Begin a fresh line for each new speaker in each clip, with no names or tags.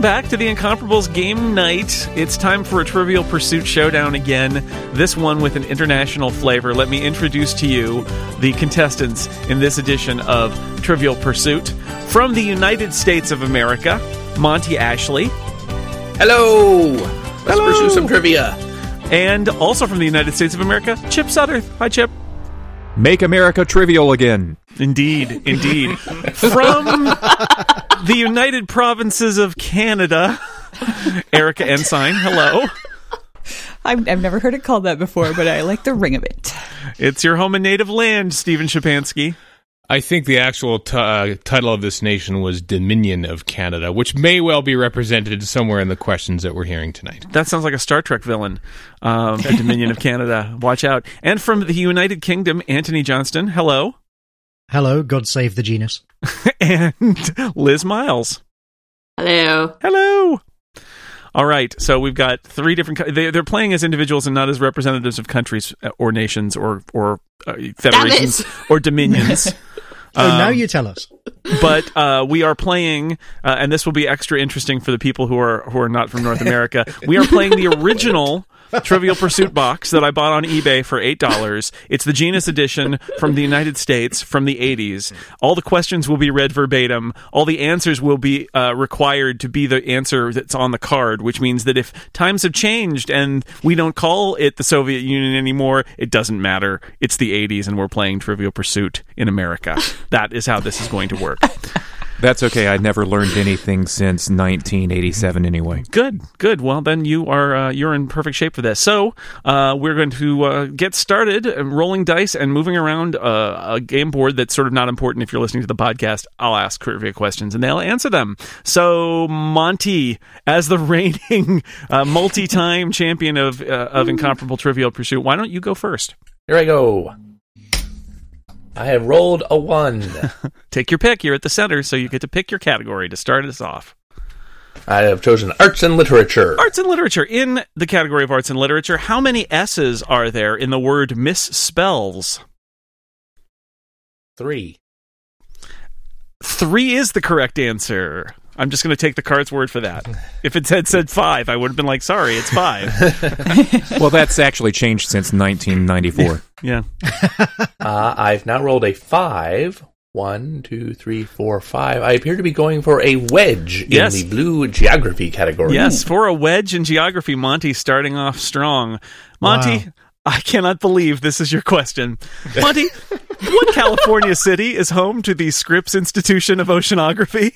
back to the Incomparables Game Night. It's time for a Trivial Pursuit Showdown again, this one with an international flavor. Let me introduce to you the contestants in this edition of Trivial Pursuit. From the United States of America, Monty Ashley,
Hello. Let's pursue some trivia.
and also from the United States of America, Chip Sutter. Hi, Chip.
Make America trivial again.
Indeed, indeed. From the United Provinces of Canada, Erica Ensign. Hello.
I've, I've never heard it called that before, but I like the ring of it.
It's your home and native land, Stephen Shapansky.
I think the actual t- uh, title of this nation was Dominion of Canada, which may well be represented somewhere in the questions that we're hearing tonight.
That sounds like a Star Trek villain. Um, the Dominion of Canada. Watch out. And from the United Kingdom, Anthony Johnston. Hello.
Hello, God save the genus.
And Liz Miles.
Hello.
Hello. All right, so we've got three different. co- They, they're playing as individuals and not as representatives of countries uh, or nations or or uh, federations
it.
or dominions.
Oh, now
Um,
you tell us.
but uh, we are playing, uh, and this will be extra interesting for the people who are who are not from North America. We are playing the original Trivial Pursuit box that I bought on eBay for eight dollars. It's the Genus edition from the United States from the '80s. All the questions will be read verbatim. All the answers will be uh, required to be the answer that's on the card, which means that if times have changed and we don't call it the Soviet Union anymore, it doesn't matter. It's the '80s, and we're playing Trivial Pursuit in America. That is how this is going to work.
That's okay. I never learned anything since 1987 anyway.
Good, good. Well, then you are uh, you're in perfect shape for this. So uh, we're going to uh, get started uh, rolling dice and moving around uh, a game board that's sort of not important if you're listening to the podcast. I'll ask trivia questions and they'll answer them. So Monty, as the reigning uh, multi-time champion of uh, of incomparable trivial pursuit, why don't you go first?
Here I go. I have rolled a one.
Take your pick. You're at the center, so you get to pick your category to start us off.
I have chosen arts and literature.
Arts and literature. In the category of arts and literature, how many S's are there in the word misspells?
Three.
Three is the correct answer. I'm just going to take the card's word for that. If it had said five, I would have been like, sorry, it's five.
Well, that's actually changed since 1994.
yeah.
Uh, I've now rolled a five. One, two, three, four, five. I appear to be going for a wedge
Yes.
in the blue geography category.
Yes, for a wedge in geography, Monty starting off strong. Monty,
Wow.
I cannot believe this is your question. Monty, what California city is home to the Scripps Institution of Oceanography?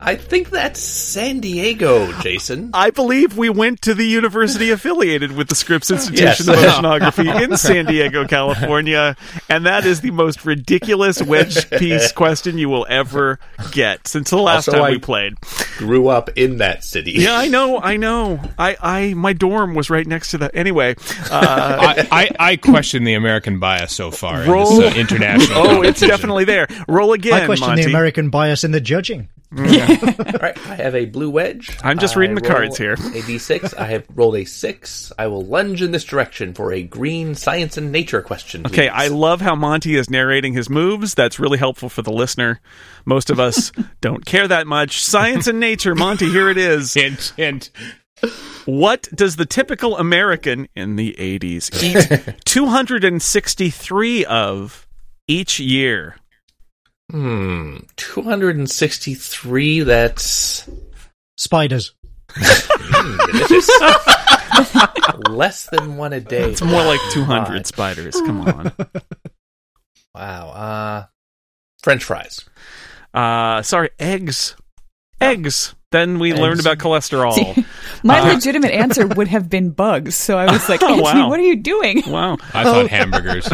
I think that's San Diego, Jason.
I believe we went to the university affiliated with the Scripps Institution
Yes.
of Oceanography in San Diego, California, and that is the most ridiculous wedge piece question you will ever get since the last
Also,
time
I-
we played.
Grew up in that city.
Yeah, I know, I know. I, I my dorm was right next to that. Anyway, uh,
I, I, I question the American bias so far. in
Roll-
This, uh, international.
oh, it's
competition.
definitely there. Roll again,
I question
Monty.
the American bias in the judging.
All right, I have a blue wedge.
I'm just
I
reading the
roll
cards here.
A d6. I have rolled a six. I will lunge in this direction for a green science and nature question.
Okay,
please.
I love how Monty is narrating his moves. That's really helpful for the listener. Most of us don't care that much. Science and nature, Monty, here it is.
Hint, hint.
What does the typical American in the 80s eat 263 of each year?
Hmm, 263. That's hmm,
Spiders.
less than one a day.
It's more like 200 spiders. Come on.
Wow. Uh, French fries.
Uh, sorry, eggs. Eggs. Then we learned about cholesterol.
My legitimate answer would have been bugs, so I was like,
Uh, Oh,
Anthony,
wow.
what are you doing?
Wow.
I thought hamburgers.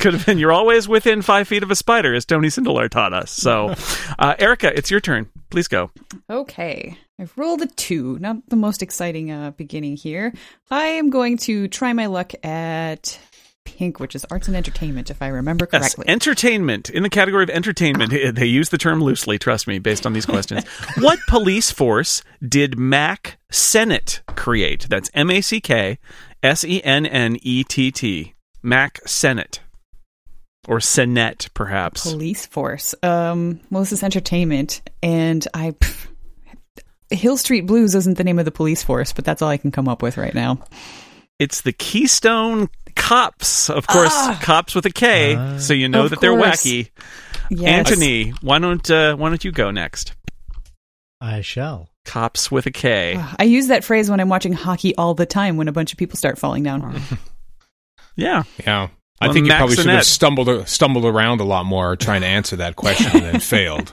Could have been. You're always within five feet of a spider, as Tony Sindelar taught us. So, uh, Erica, it's your turn. Please go.
Okay. I've rolled a two. Not the most exciting uh, beginning here. I am going to try my luck at pink, which is arts and entertainment, if I remember
Yes,
correctly.
entertainment. In the category of entertainment, eh, they use the term loosely, trust me, based on these questions. what police force did Mac Senate create? That's M A C K S E N N E T T. Mac Senate. Or Senate, perhaps.
Police force. Um, well, this is entertainment, and I. pff, Hill Street Blues isn't the name of the police force, but that's all I can come up with right now.
It's the Keystone Cops, of course, cops with a K, so you know
Ah! Of
that they're
course.
wacky.
Yes.
Anthony, why don't uh, why don't you go next?
I shall.
Cops with a K.
Ugh, I use that phrase when I'm watching hockey all the time when a bunch of people start falling down.
Yeah,
Yeah. I
Well,
think you probably should have
Maxinette.
stumbled stumbled around a lot more trying to answer that question and then failed.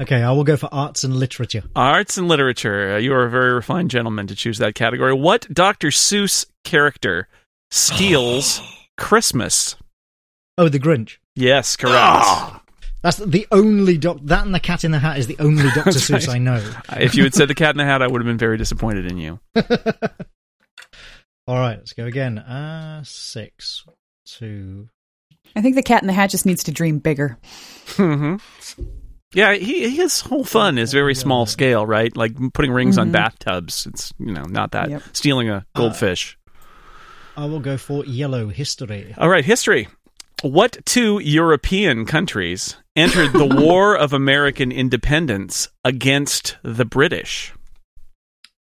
Okay, I will go for arts and literature.
arts and literature. Uh, you are a very refined gentleman to choose that category. What Dr. Seuss character steals Christmas?
Oh, the Grinch.
Yes, correct.
That's the only doc. That and the Cat in the Hat is the only Doctor
That's
Seuss
right.
I know.
Uh, if you had said the Cat in the Hat, I would have been very disappointed in you.
All right, let's go again. Uh, six, two.
I think the cat in the hat just needs to dream bigger.
hmm Yeah, he, his whole fun is very small scale, right? Like putting rings on bathtubs. It's you know not that
Yep.
stealing a goldfish.
I will go for yellow history.
All right, history. What two European countries entered the War of American Independence against the British?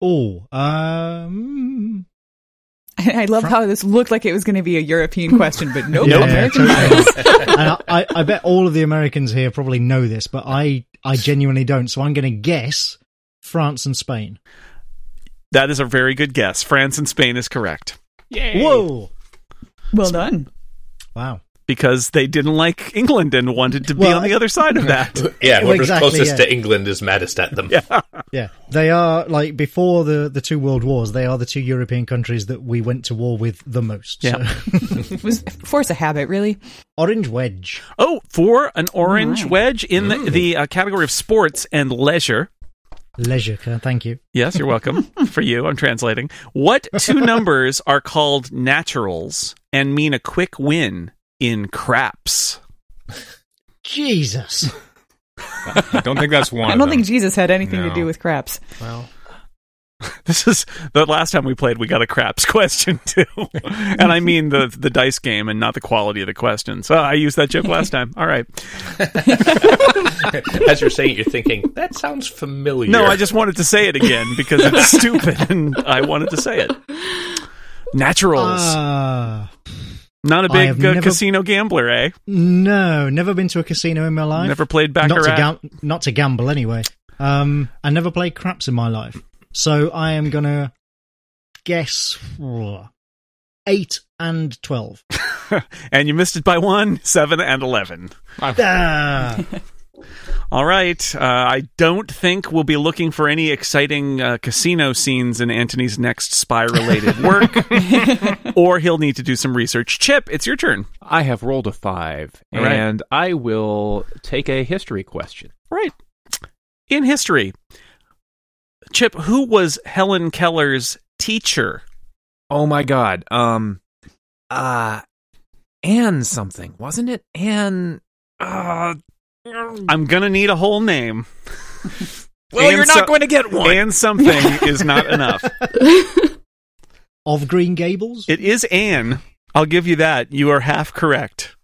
Oh, um,
I love how this looked like it was going to be a European question, but
Oh,
nope.
yeah,
American.
totally. and I, I, I bet all of the Americans here probably know this, but I, I genuinely don't. So I'm going to guess France and Spain.
That is a very good guess. France and Spain is correct
Whoa!
Well done.
Wow.
because they didn't like England and wanted to be
Well,
on the
I-
other side of that.
Yeah, whoever's
Exactly,
closest
yeah.
to England is maddest at them.
Yeah, they are like before the the two world wars. They are the two European countries that we went to war with the most.
Yeah.
So.
It was force of habit, really.
Orange wedge.
Oh, for an orange
my.
wedge in the, the uh, category of sports and leisure.
Leisure. Can I- Thank you.
Yes, you're welcome. For you, I'm translating. What two numbers are called naturals and mean a quick win in craps?
Jesus.
I don't think that's one.
I
of
don't
them.
think Jesus had anything to
No.
do with craps.
This is the last time we played. We got a craps question too, and I mean the the dice game and not the quality of the question. So I used that joke last time. All right.
As you're saying, it, you're thinking that sounds familiar.
No, I just wanted to say it again because it's stupid, and I wanted to say it. Naturals.
Ah,
not a
I
big
have
uh,
never-
casino gambler, eh?
no, never been to a casino in my life.
Never played
not to
baccarat.
gam- not to gamble anyway. Um, I never played craps in my life, so I am gonna guess oh, eight and twelve.
and you missed it by one, seven, and eleven.
Ah,
All right. Uh, I don't think we'll be looking for any exciting uh, casino scenes in Anthony's next spy related work, or he'll need to do some research. Chip, it's your turn.
I have rolled a five,
All right.
and I will take a history question.
Right. In history, Chip, who was Helen Keller's teacher?
Oh my god. Um uh Anne something, wasn't it? Anne uh
I'm going to need a whole name.
Well,
Anne
you're
so-
not going to get one.
And something is not enough.
of Green Gables.
It is Anne. I'll give you that. You are half correct.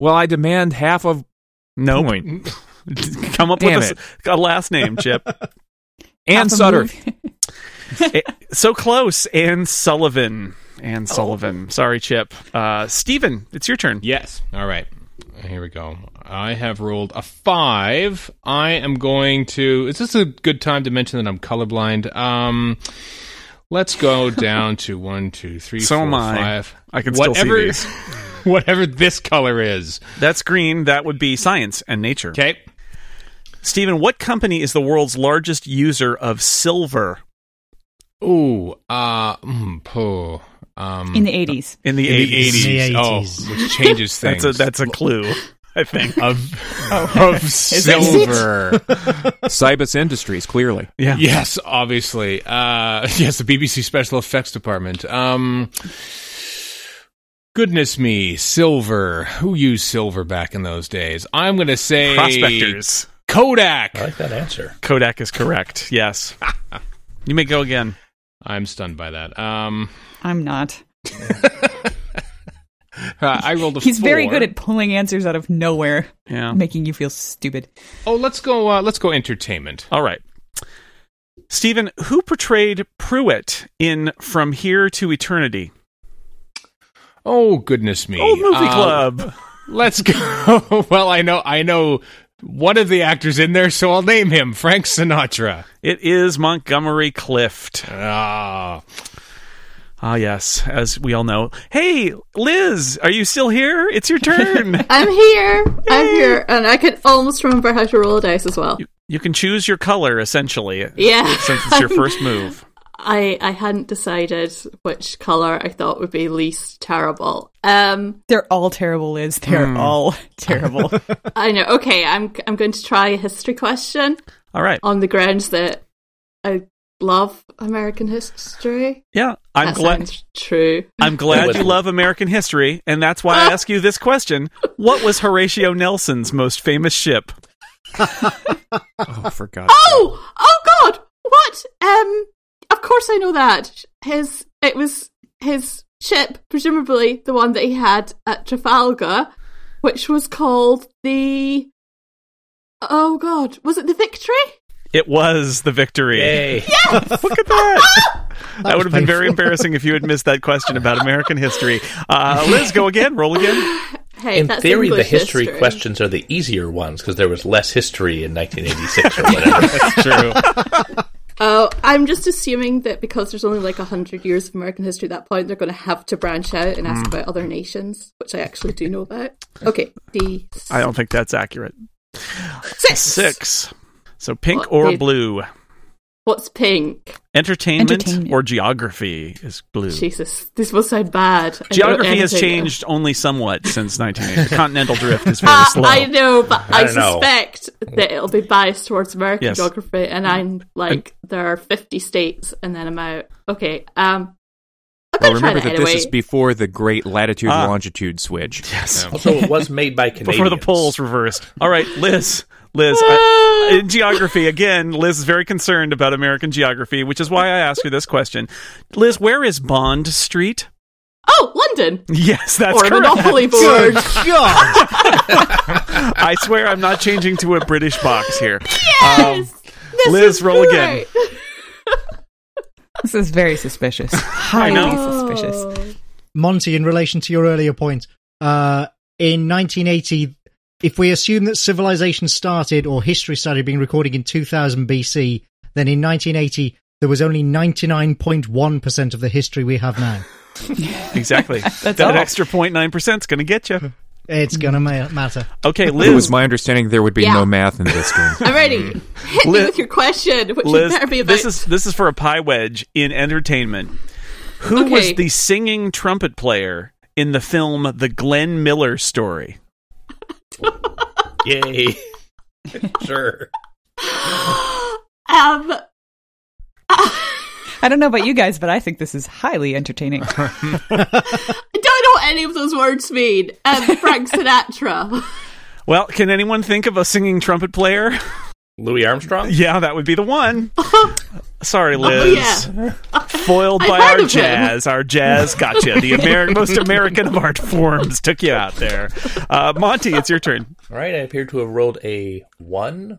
well, I demand half of
No
point.
Come up
Damn
with a s- a, last name, Chip.
Anne
Half a
Sutter.
movie.
Eh, so close. Anne Sullivan.
Oh.
Anne Sullivan. Sorry, Chip. Uh, Steven, it's your turn.
Yes. All right. Here we go. I have rolled a five. I am going to. Is this a good time to mention that I'm colorblind? Um, let's go down to one, two, three,
So
four,
am I.
five.
I can still see these.
whatever this color is.
That's green. That would be science and nature.
Okay.
Steven, what company is the world's largest user of silver
Ooh. Uh. mm, pooh. Um.
in the 80s.
in the
in
80s?
the 80s.
The
Oh,
80s.
which changes things.
That's a that's a clue, I think.
of, of silver.
Cybus Industries, clearly.
Yeah.
Yes, obviously. Uh, yes, the BBC Special Effects Department. Um, goodness me, silver. Who used silver back in those days? I'm going to say
Prospectors.
Kodak.
I like that answer.
Kodak is correct. Yes. you may go again.
I'm stunned by that. Um,
I'm not.
I rolled a.
He's very
four.
good at pulling answers out of nowhere,
Yeah.
making you feel stupid.
Oh, let's go. Uh, let's go entertainment.
All right. Stephen, who portrayed Pruitt in From Here to Eternity?
Oh goodness me!
Oh, movie
Uh,
club.
Let's go. well, I know, I know one of the actors in there, so I'll name him Frank Sinatra.
It is Montgomery Clift.
Ah,
Ah, yes, as we all know. Hey, Liz, are you still here? It's your turn.
I'm here. I'm here, and I can almost remember how to roll dice as well.
you can choose your color, essentially,
Yeah,
since it's your first move.
I I hadn't decided which color I thought would be least terrible. Um,
They're all terrible, Liz. They're all terrible.
I know. Okay, I'm I'm going to try a history question
All right.
on the grounds that I love American history.
Yeah, I'm
that
glad.
sounds true.
I'm
It
glad
was-
you love American history, and that's why I ask you this question. What was Horatio Nelson's most famous ship?
Oh, for God's sake.
Oh, oh God! What? Um, of course I know that his it was his ship, presumably the one that he had at Trafalgar, which was called the. Oh God, was it the Victory?
It was the victory.
Yay.
Look at that. that
was
would have been very
painful.
embarrassing if you had missed that question about American history. Uh, Liz, go again. Roll again.
Hey,
In
that's
theory, the
English
history, questions are the easier ones because there was less history in 1986 or whatever.
that's true.
Oh, I'm just assuming that because there's only like hundred years of American history at that point, they're going to have to branch out and ask
Hmm.
about other nations, which I actually do know about. Okay, the
I don't think that's accurate.
six.
Six. So pink
What
or
did-
blue?
What's pink?
Entertainment,
Entertainment.
or geography is blue.
Jesus, this will sound bad. I don't know
Geography has
anything.
changed only somewhat since 1980. The continental drift is very
Uh,
slow.
I know, but I,
don't know.
suspect that it'll be biased towards American
Yes.
geography, and I'm like, there are 50 states, and then I'm out. Okay, um, I'm
Well,
gonna try
remember
that,
that
anyway.
this is before the great latitude
Ah.
longitude switch.
Yes.
also, it was made by Canadians.
Before the polls reversed. All right, Liz. Liz,
Ah.
I, in geography, again, Liz is very concerned about American geography, which is why I asked her this question. Liz, where is Bond Street?
oh, London
Yes, that's
or a
correct.
Monopoly board.
God!
I swear I'm not changing to a British box here. Um,
Yes, This
Liz,
is
roll again.
great.
this is very suspicious. Highly
Oh.
know.
suspicious.
Monty, in relation to your earlier point, uh, in 1980, if we assume that civilization started or history started being recorded in 2000 BC, then in 1980 there was only 99.1% of the history we have now.
Exactly. that
all.
extra 0.9% is going to get you.
It's gonna ma- matter.
Okay,
It was
Liz.
my understanding there would be
Yeah.
no math in this game.
I'm ready.
Hmm.
Hit me
Liz-
with your question, which
Liz,
would better be about.
this is this is for a pie wedge in entertainment. Who was
Okay.
the singing trumpet player in the film The Glenn Miller Story?
Yay. sure.
um,
I don't know about you guys, but I think this is highly entertaining.
I don't know what any of those words mean. Um, Frank Sinatra.
Well, can anyone think of a singing trumpet player?
Louis Armstrong?
yeah, that would be the one. Sorry, Liz. Foiled
I
by
Oh, heard
our
of him.
jazz. Our jazz got you. The Ameri- most American of art forms took you out there. Uh, Monty, it's your turn.
All right, I appear to have rolled a one.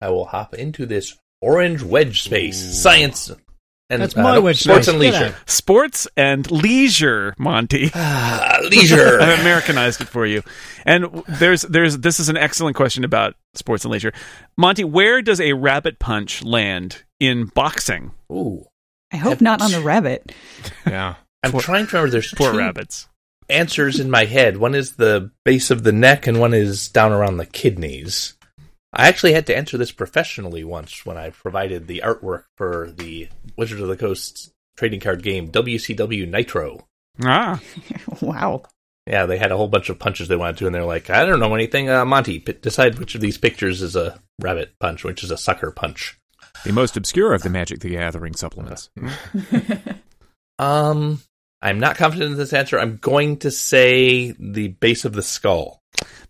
I will hop into this orange wedge space. Science and
That's my
no,
wedge
sports
space.
and
Get
leisure.
Sports and leisure, Monty.
Ah, leisure.
I've Americanized it for you. And w- there's there's this is an excellent question about sports and leisure. Monty, where does a rabbit punch land in boxing?
Ooh,
I hope not on the rabbit.
Yeah.
I'm trying to remember. There's
Poor
two
rabbits.
answers in my head. One is the base of the neck, and one is down around the kidneys. I actually had to answer this professionally once when I provided the artwork for the Wizard of the Coast trading card game WCW Nitro.
Ah,
Wow.
Yeah, they had a whole bunch of punches they wanted to, and they're like, I don't know anything. Uh, Monty, p- decide which of these pictures is a rabbit punch, which is a sucker punch.
the most obscure of the Magic the Gathering supplements.
Um, I'm not confident in this answer. I'm going to say the base of the skull.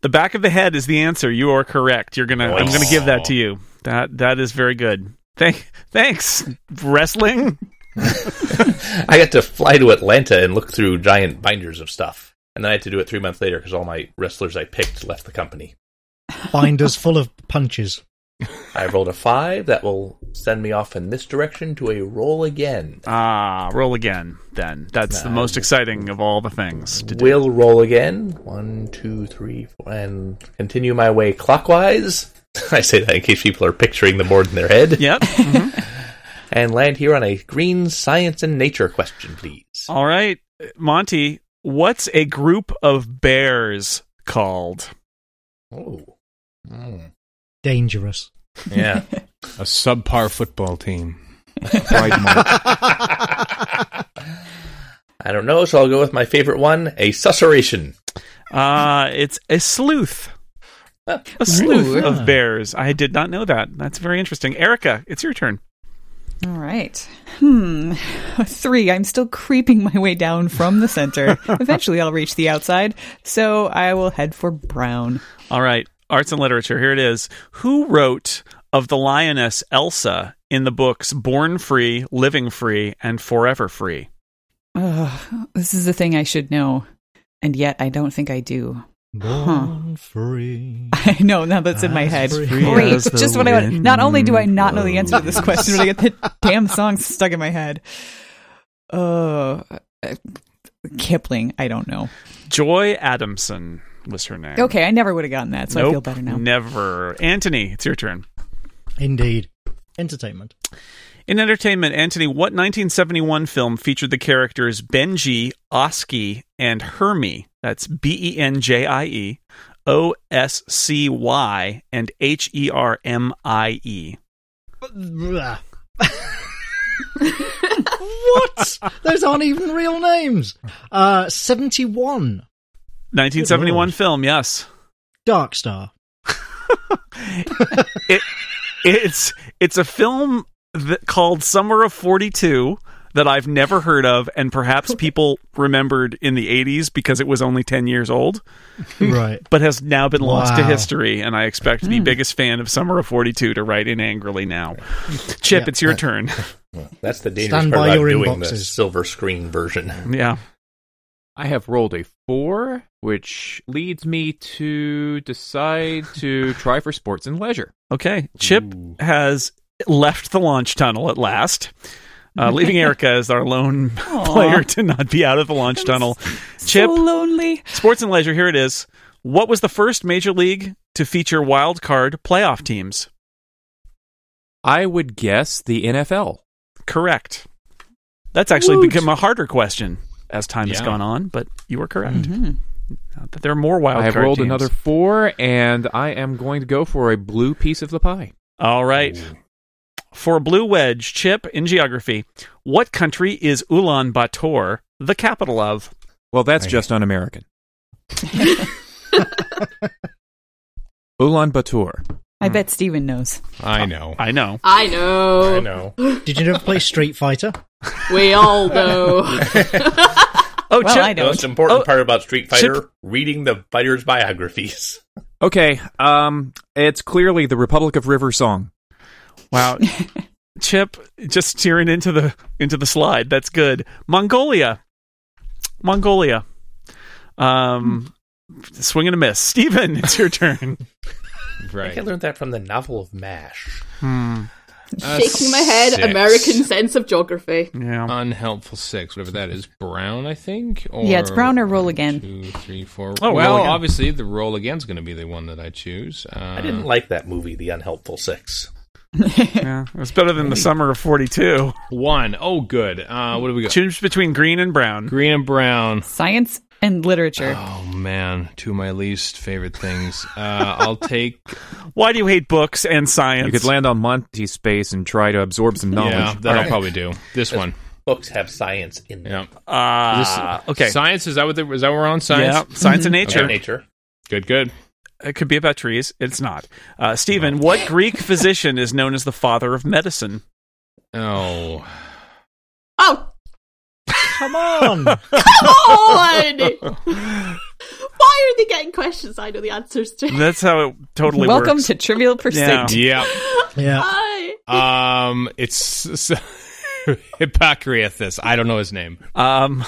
the back of the head is the answer. You are correct. You're gonna. I'm gonna give that to you. That that is very good. Thank thanks. Wrestling.
I got to fly to Atlanta and look through giant binders of stuff. And then I had to do it three months later because all my wrestlers I picked left the company.
Binders full of punches.
I rolled a five. That will send me off in this direction to a roll again.
Ah, roll again. Then that's the most exciting of all the things to do.
Will roll again. One, two, three, four, and continue my way clockwise. I say that in case people are picturing the board in their head.
Yep.
And land here on a green science and nature question, please.
all right, Monty. What's a group of bears called?
Oh,
Dangerous.
yeah.
A subpar football team.
I don't know, so I'll go with my favorite one, a susurration.
Uh, it's a sleuth. A
Ooh.
sleuth of bears. I did not know that. That's very interesting. Erica, it's your turn.
All right. Hmm. Three. I'm still creeping my way down from the center. Eventually, I'll reach the outside, so I will head for brown.
All right, arts and literature. Here it is. Who wrote of the lioness Elsa in the books Born Free, Living Free, and Forever Free?
Ugh, this is the thing I should know, and yet I don't think I do.
Born free.
I know now that's in my head.
As free
Great,
as the
just what I want.
wind
Not only do I not know the answer to this question, but I get the damn song stuck in my head. Uh, uh, Kipling. I don't know.
Joy Adamson was her name.
Okay, I never would have gotten that, so I feel
Nope,
better now.
Never. Anthony, it's your turn.
Indeed. Entertainment.
In entertainment, Anthony, what 1971 film featured the characters Benji, Oski, and Hermie? That's B E N J I E, O S C Y, and H E R M I E.
what? Those aren't even real names. Uh, 71.
1971
Good
film, yes.
Dark Star.
It's it's a film that, called Summer of 42 that I've never heard of and perhaps people remembered in the 80s because it was only 10 years old.
right.
but has now been lost to
Wow.
history. And I expect the biggest fan of Summer of 42 to write in angrily now. Chip,
Yeah.
it's your turn.
That's the dangerous
Stand
part
by
about
your
doing the
inboxes.
silver screen version.
yeah.
I have rolled a four, which leads me to decide to try for sports and leisure.
Okay. Chip has left the launch tunnel at last. Uh, leaving Erica as our lone
Aw.
player to not be out of the launch tunnel. Chip,
So lonely.
sports and leisure, here it is. What was the first major league to feature wild card playoff teams?
I would guess the NFL.
Correct. That's actually
Woot.
become a harder question as time has
Yeah.
gone on, but you were correct.
Mm-hmm.
Mm-hmm.
Not that there are more wild
I have
card
rolled
teams.
another four, and I am going to go for a blue piece of the pie.
All right. For a blue wedge, Chip, in geography, what country is Ulaanbaatar the capital of?
Well, that's
Right.
just un-American. Ulaanbaatar.
I bet Steven knows.
I know.
I know.
I know.
Oh.
I know.
Did you never play Street Fighter?
We all know.
Oh,
Well,
Chip.
I
The
don't.
most important
Oh,
part about Street Fighter,
Chip-
reading the fighters' biographies.
Okay, um, it's clearly the Republic of River song.
Wow. Chip just tearing into the into the slide. That's good. Mongolia. Mongolia. Um
Hmm.
swing and a miss. Steven, it's your turn.
I think I
Right.
learned that from the novel of MASH.
Uh,
Shaking my head,
six.
American sense of geography.
Yeah.
Unhelpful six, whatever that is. Brown, I think. Or
Yeah, it's brown or roll again.
One, two, three, four.
Oh, roll
well,
again.
obviously the roll again's going to be the one that I choose. Uh,
I didn't like that movie, The Unhelpful Six.
yeah. It's better than the summer of 42.
one. Oh, good. Uh, what do we got?
Choose between green and brown.
Green and brown.
Science and literature.
Oh man, two of my least favorite things. Uh, I'll take
Why do you hate books and science?
You could land on Monty space and try to absorb some knowledge.
yeah, that'll probably do. This one.
Books have science in them.
Yeah.
Ah,
This-
okay.
Science is that what the, is that where we're on science?
Yeah, science and
Nature.
nature.
Nature.
Good, good.
It could be about trees. It's not. Uh, Stephen, what Greek physician is known as the father of medicine?
Oh,
Oh,
Come on.
come on! Why are they getting questions I know the answers to?
That's how it totally
Welcome
works. Ah.
to Trivial Pursuit.
Yeah.
yeah.
yeah.
Hi.
Um, it's Hippocrates. I don't know his name.
Um,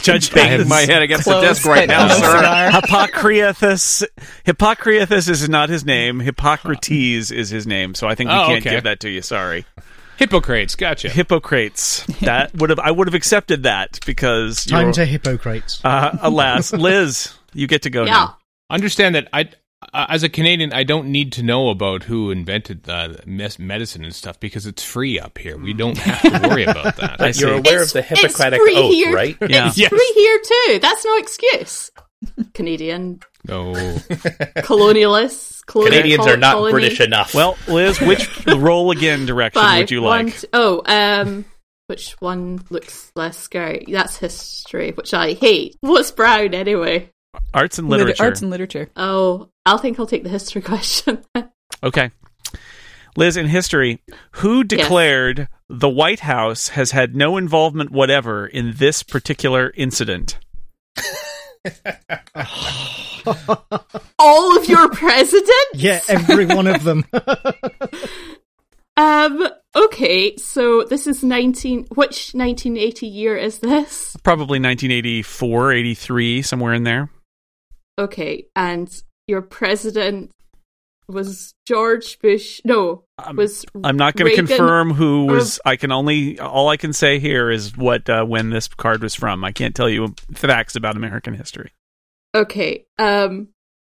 Judge
banging
Bates.
my head against the
Close,
desk right
but
now,
close
sir.
enough.
Hippocrates. Hippocrates is not his name. Hippocrates is his name. So I think we
Oh,
can't
okay.
give that to you. Sorry.
Hippocrates. Gotcha.
Hippocrates. That would have I would have accepted that because you're,
Time to Hippocrates.
uh, alas, Liz, you get to go
yeah.
now.
Understand that I, uh, as a Canadian, I don't need to know about who invented uh, mes- medicine and stuff because it's free up here. We don't have to worry about that.
I see.
You're aware of the
It's- it's
Hippocratic
free
Oath,
here.
right?
Yeah.
It's free here too. That's no excuse. Canadian
No.
colonialists. Colonial,
Canadians are not
colony.
British enough.
Well, Liz, which roll again direction
Five,
would you
one,
like?
t- oh, um, which one looks less scary? That's history, which I hate. What's brown anyway?
Arts and
Lit-
literature.
arts and literature.
Oh, I think I'll take the history question.
Okay. Liz, in history, who declared the White House has had no involvement whatever in this particular incident?
All of your presidents.
yeah, every one of them.
Um. Okay. So this is nineteen. Which nineteen eighty year is this?
Probably 1984, 83, somewhere in there.
Okay. And your president was George Bush. No, was
I'm not going to
Reagan
confirm who
or-
was. I can only all I can say here is what uh, when this card was from. I can't tell you facts about American history.
Okay. Um.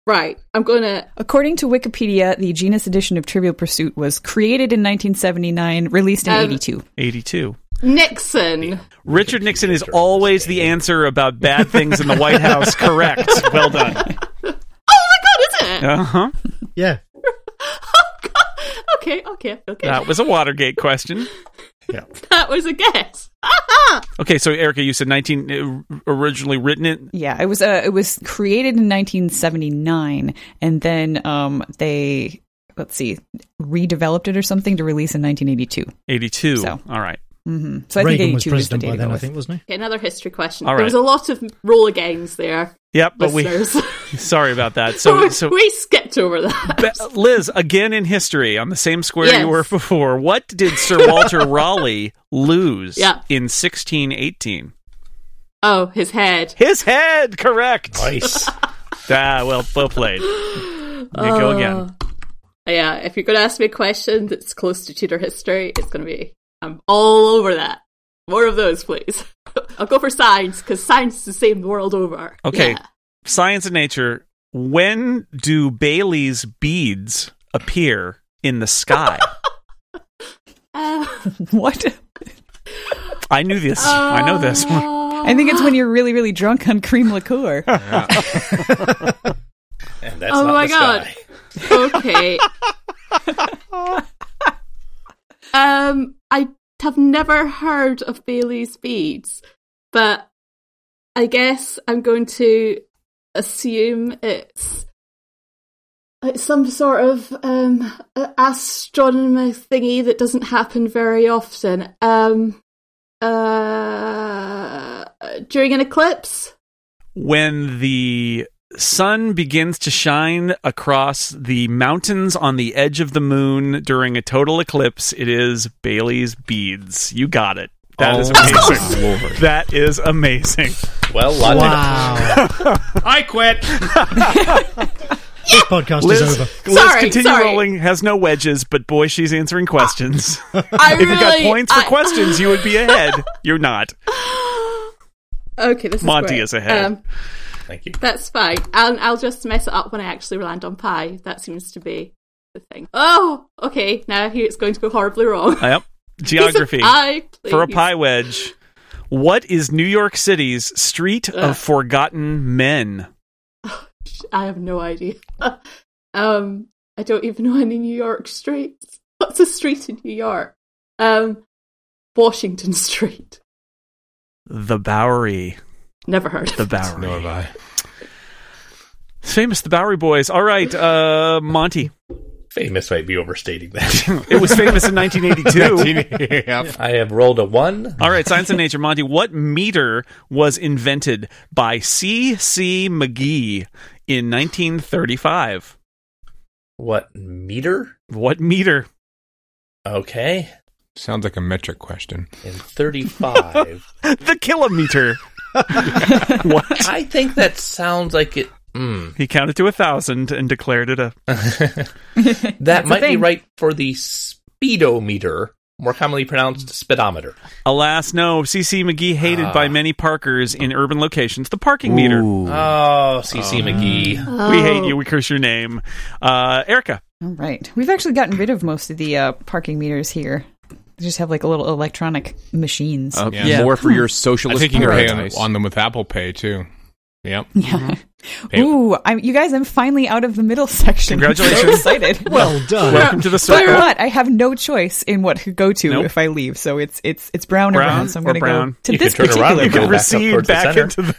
Right. I'm gonna.
According to Wikipedia, the genus edition of Trivial Pursuit was created in 1979, released in
Um,
82.
82.
Nixon.
Richard Nixon is
Computer
always the answer about bad things in the White House. Correct. Well done.
Oh my God! Is it?
Uh huh.
yeah.
Okay. Okay. Okay.
That was a Watergate question.
that was a guess.
Okay, so Erica, you said 19 uh, originally written it.
Yeah, it was uh, it was created in 1979, and then um, they let's see, redeveloped it or something to release in 1982.
82.
So.
All right.
hmm So I
Reagan
think
was
82 is the
president
date
by
to go
then, I
with.
think, wasn't
Okay, another history question.
All right.
There was a lot of roll agains there,
Yep, but we
listeners.
sorry about that. So
we,
so
we skipped over that.
Be- Liz, again in history on the same square
Yes.
you were before. What did Sir Walter Raleigh lose
Yeah.
in 1618?
Oh, his head.
His head, correct.
nice.
Ah, well, well played. You
Uh,
go again.
Yeah, if you're going to ask me a question that's close to Tudor history, it's going to be. I'm all over that. More of those, please. I'll go for science because science is the same the world over.
Okay.
Yeah.
Science and nature. When do Bailey's beads appear in the sky?
Uh,
What?
I knew this. I know this
Um,
one.
I think it's when you're really, really drunk on cream liqueur.
And that's
Oh
not
my
the
God.
sky.
okay. um, I have never heard of Bailey's beads, but I guess I'm going to assume it's it's some sort of um a- astronomer thingy that doesn't happen very often. Um, uh, during an eclipse.
when the sun begins to shine across the mountains on the edge of the moon during a total eclipse, it is Bailey's beads. You got it. That is amazing. That is amazing.
Well, logic.
Wow.
I quit.
this podcast
Liz,
is over.
Liz
Sorry,
continue
sorry.
rolling, has no wedges, but boy, she's answering questions.
I
if you got
really-
points for
I-
questions, you would be ahead. You're not.
Okay, this
Monty
is, Um,
is ahead.
Thank you.
That's fine. I'll, I'll just mess it up when I actually land on pi. That seems to be the thing. Oh, okay. Now here it's going to go horribly wrong.
Yep. Geography.
Piece of pie,
for a
please.
pie wedge. What is New York City's Street of Forgotten Men?
I have no idea. um, I don't even know any New York streets. What's a street in New York? Um, Washington Street.
The Bowery.
Never heard of
The
it.
Bowery.
Nor have I.
It's famous, the Bowery Boys. All right, uh, Monty.
Famous might be overstating that.
It was famous in 1982.
yep.
I have rolled a one.
All right, Science and Nature, Monty. What meter was invented by C. C. McGee in 1935?
What meter?
What meter?
Okay.
Sounds like a metric question.
in 35.
the kilometer. what?
I think that sounds like it. Mm,
He counted to a thousand and declared it a.
that
a
might be
thing.
right for the speedometer, more commonly pronounced speedometer.
Alas, no. CC McGee hated by many parkers in urban locations. The parking meter.
Ooh.
Oh, CC McGee.
Oh,
We hate you. We curse your name. Uh, Erica.
All right. We've actually gotten rid of most of the uh, parking meters here. They just have like a little electronic machines.
Oh,
Uh,
Yeah. Yeah.
More for your
I
socialist
think you can pay on,
paradise.
on them with Apple Pay too. Yep.
yeah.
Pay-
Ooh, I'm, you guys, I'm finally out of the middle section. I'm so
Congratulations.
excited.
Well done.
Welcome to the
But
circle.
what? I have no choice in what to go to
Nope.
if I leave. So it's it's it's brown, or
Brown
brown. So I'm
or
going to go
brown.
to
You could
this
turn around
particular.
and
You
Back
can
up
recede
towards the
back
center.
into the.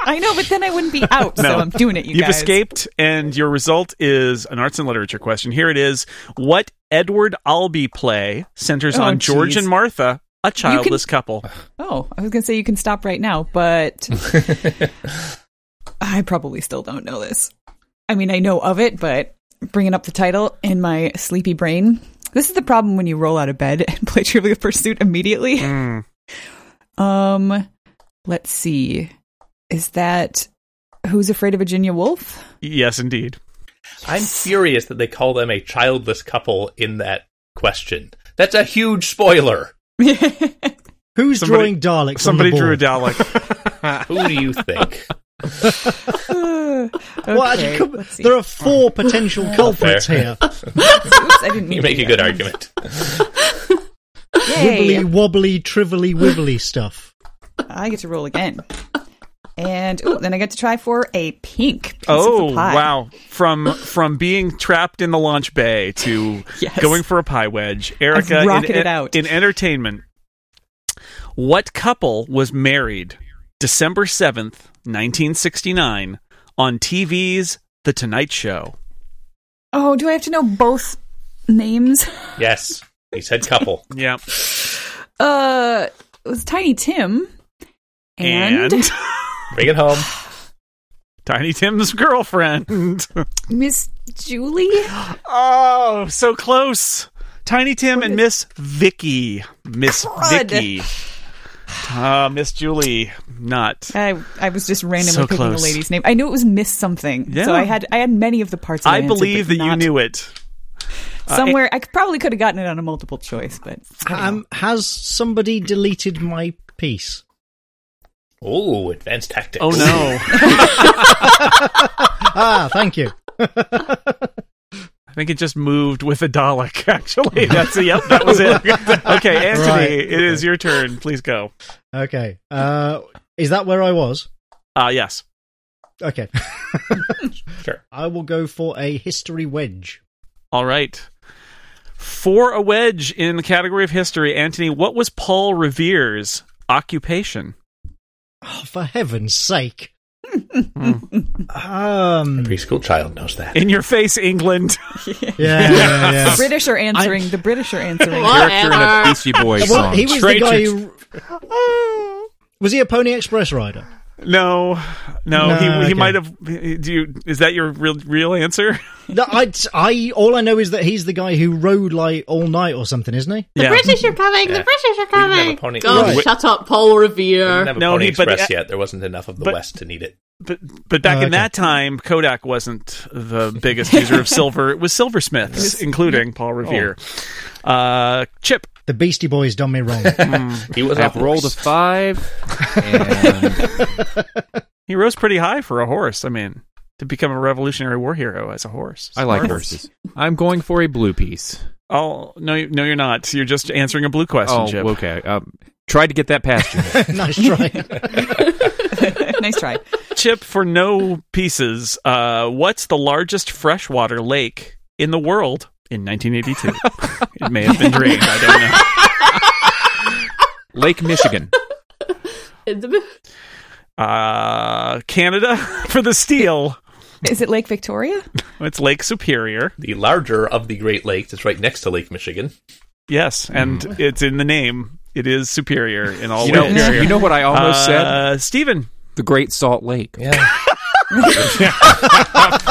I know, but then I wouldn't be out.
No.
So I'm doing it. You
You've
guys.
escaped, and your result is an arts and literature question. Here it is: What Edward Albee play centers
Oh,
on George
geez.
and Martha, a childless couple?
Oh, I was going to say you can stop right now, but I probably still don't know this. I mean, I know of it, but bringing up the title in my sleepy brain. This is the problem when you roll out of bed and play Trivial Pursuit immediately.
Mm.
Um, let's see. Is that Who's Afraid of Virginia Woolf?
Yes, indeed.
I'm furious that they call them a childless couple in that question. That's a huge spoiler.
Who's
Somebody-
drawing Daleks? on
Somebody
the
drew a
board?
Dalek.
Who do you think?
okay,
Well, actually, come-
let's see.
there are four potential culprits here:
Oops, I didn't
You
mean
make
to
a
do
good argument.
that.
wibbly
Yay.
wobbly, trivially wibbly stuff.
I get to roll again. And ooh, then I get to try for a pink. Piece of
Oh
the pie.
wow! From from being trapped in the launch bay to
Yes.
going for a pie wedge, Erica in,
rocketed out.
in entertainment. What couple was married December seventh, nineteen sixty nine, on TV's The Tonight Show?
Oh, do I have to know both names?
Yes, he said couple.
Yeah,
Uh, it was Tiny Tim and,
Bring it home.
Tiny Tim's girlfriend.
Miss Julie.
oh, so close! Tiny Tim and Miss Vicky. Miss
Crud.
Vicky. Uh, Miss Julie, not.
I I was just randomly
So
picking
close.
the lady's name. I knew it was Miss something,
Yeah.
so I had I had many of the parts. That
I
I, answered,
believe
but
that you
not
knew uh, it.
somewhere. I could- probably could have gotten it on a multiple choice, but
Um, has somebody deleted my piece?
Oh, advanced tactics.
Oh no!
Ah, thank you.
I think it just moved with a Dalek. Actually, that's yep. That was it. Okay, Anthony,
Right.
it is your turn. Please go.
Okay. Uh, is that where I was?
Uh yes.
Okay.
Sure.
I will go for a history wedge.
All right. For a wedge in the category of history, Anthony, what was Paul Revere's occupation?
Oh, for heaven's sake. um.
Preschool child knows that.
In your face, England.
Yeah. yeah, yeah.
British are answering. the British are answering.
Character in a
Whatever.
Beastie Boy
Well,
song.
he was the guy who was he a Pony Express rider?
No, no,
No,
he, he
okay.
might have. Do you? Is that your real real answer?
No, I, I all I know is that he's the guy who rode like all night or something, isn't he?
The British are coming.
Yeah.
The British are
We didn't have a
coming.
pony-
God,
Right.
shut up, Paul
didn't
Revere.
have a
No,
Pony
he- but- uh,
Express yet. There wasn't enough of the
but-
West to need it.
But but back
Oh,
in
okay.
that time, Kodak wasn't the biggest user of silver. It was silversmiths, including Paul Revere. Uh, Chip,
The Beastie Boys done me wrong.
He was
I
off
have rolled a five, and
he rose pretty high for a horse. I mean, to become a Revolutionary War hero as a horse.
I like
Smart.
horses. I'm going for a blue piece.
Oh no, you- no, you're not. You're just answering a blue question,
Oh,
Chip.
okay. Um, tried to get that past you.
nice try.
nice try.
Chip for no pieces. Uh, what's the largest freshwater lake in the world? In 1982, it may have been drained. I don't know.
Lake Michigan.
In the-
Uh, Canada for the steel.
Is it Lake Victoria?
It's Lake Superior.
the larger of the Great Lakes. It's right next to Lake Michigan.
Yes, and it's in the name. It is Superior in all
You know,
ways.
you know what I almost said?
Uh, Stephen.
The Great Salt Lake.
Yeah.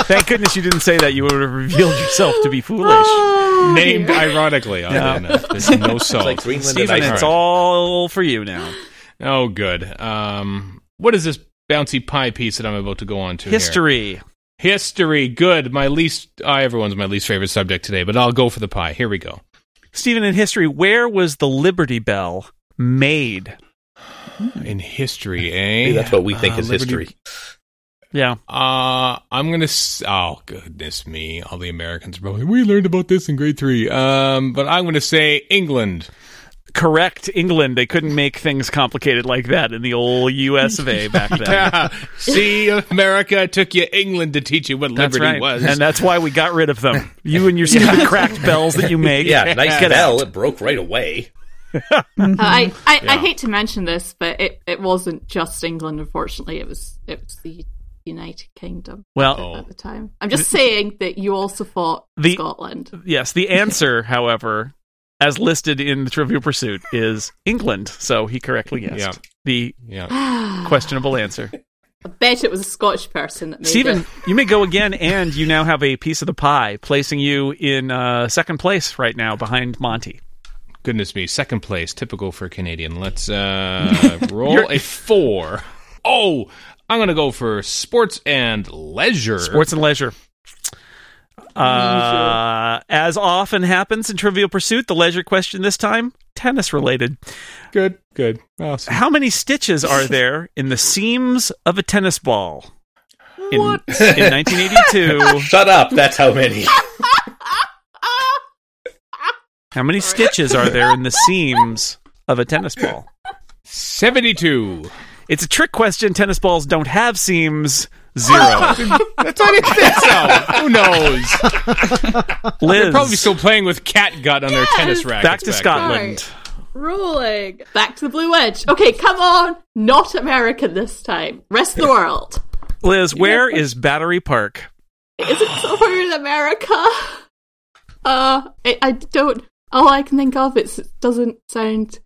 Thank goodness you didn't say that. You would have revealed yourself to be foolish.
Oh,
Named
dear.
ironically, oddly
Yeah.
enough. There's no
It's
salt.
like Greenland
Steven,
and
it's
Iceland.
all for you now.
Oh, good. Um, what is this bouncy pie piece that I'm about to go on to? here?
History.
History. Good. My least. Uh, everyone's my least favorite subject today, but I'll go for the pie. Here we go.
Stephen, in history, where was the Liberty Bell made?
In history, eh?
Maybe that's what we think
Uh,
is
Liberty-
history.
Yeah.
Uh, I'm gonna. S- oh goodness me! All the Americans are probably we learned about this in grade three. Um, but I'm gonna say England.
Correct. England. They couldn't make things complicated like that in the old US of A back then.
See, America it took you England to teach you what
That's
liberty
right.
was.
And uh, that's why we got rid of them. You and your stupid cracked bells that you make.
Yeah, nice
Get
bell.
out.
It broke right away.
Uh, I, I, I
Yeah.
hate to mention this, but it, it wasn't just England. Unfortunately, it was it was the United Kingdom
Well,
Oh.
at the time. I'm just saying that you also fought
The-
Scotland.
yes. The answer, however, as listed in the Trivial Pursuit, is England. So he correctly guessed
Yeah.
the
yeah.
questionable answer.
I bet it was a Scottish person that made
Stephen,
it.
you may go again, and you now have a piece of the pie, placing you in uh, second place right now behind Monty.
Goodness me! Second place, typical for Canadian. Let's uh, roll a four. Oh, I'm gonna go for sports and leisure.
Sports and leisure. Uh, as often happens in Trivial Pursuit, the leisure question this time tennis related.
good, good. Awesome.
How many stitches are there in the seams of a tennis ball? In, in 1982,
Shut up. That's how many.
how many stitches are there in the seams of a tennis ball?
Seventy-two.
It's a trick question. Tennis balls don't have seams. Zero.
That's not even so. Who knows?
Liz,
Probably still playing with cat gut on their tennis racket.
back to Scotland.
Rolling back to the blue wedge. Okay, come on, not American this time. Rest of the world.
Liz, where is Battery Park?
Is it somewhere in America? Uh, I, I don't. All I can think of is it doesn't sound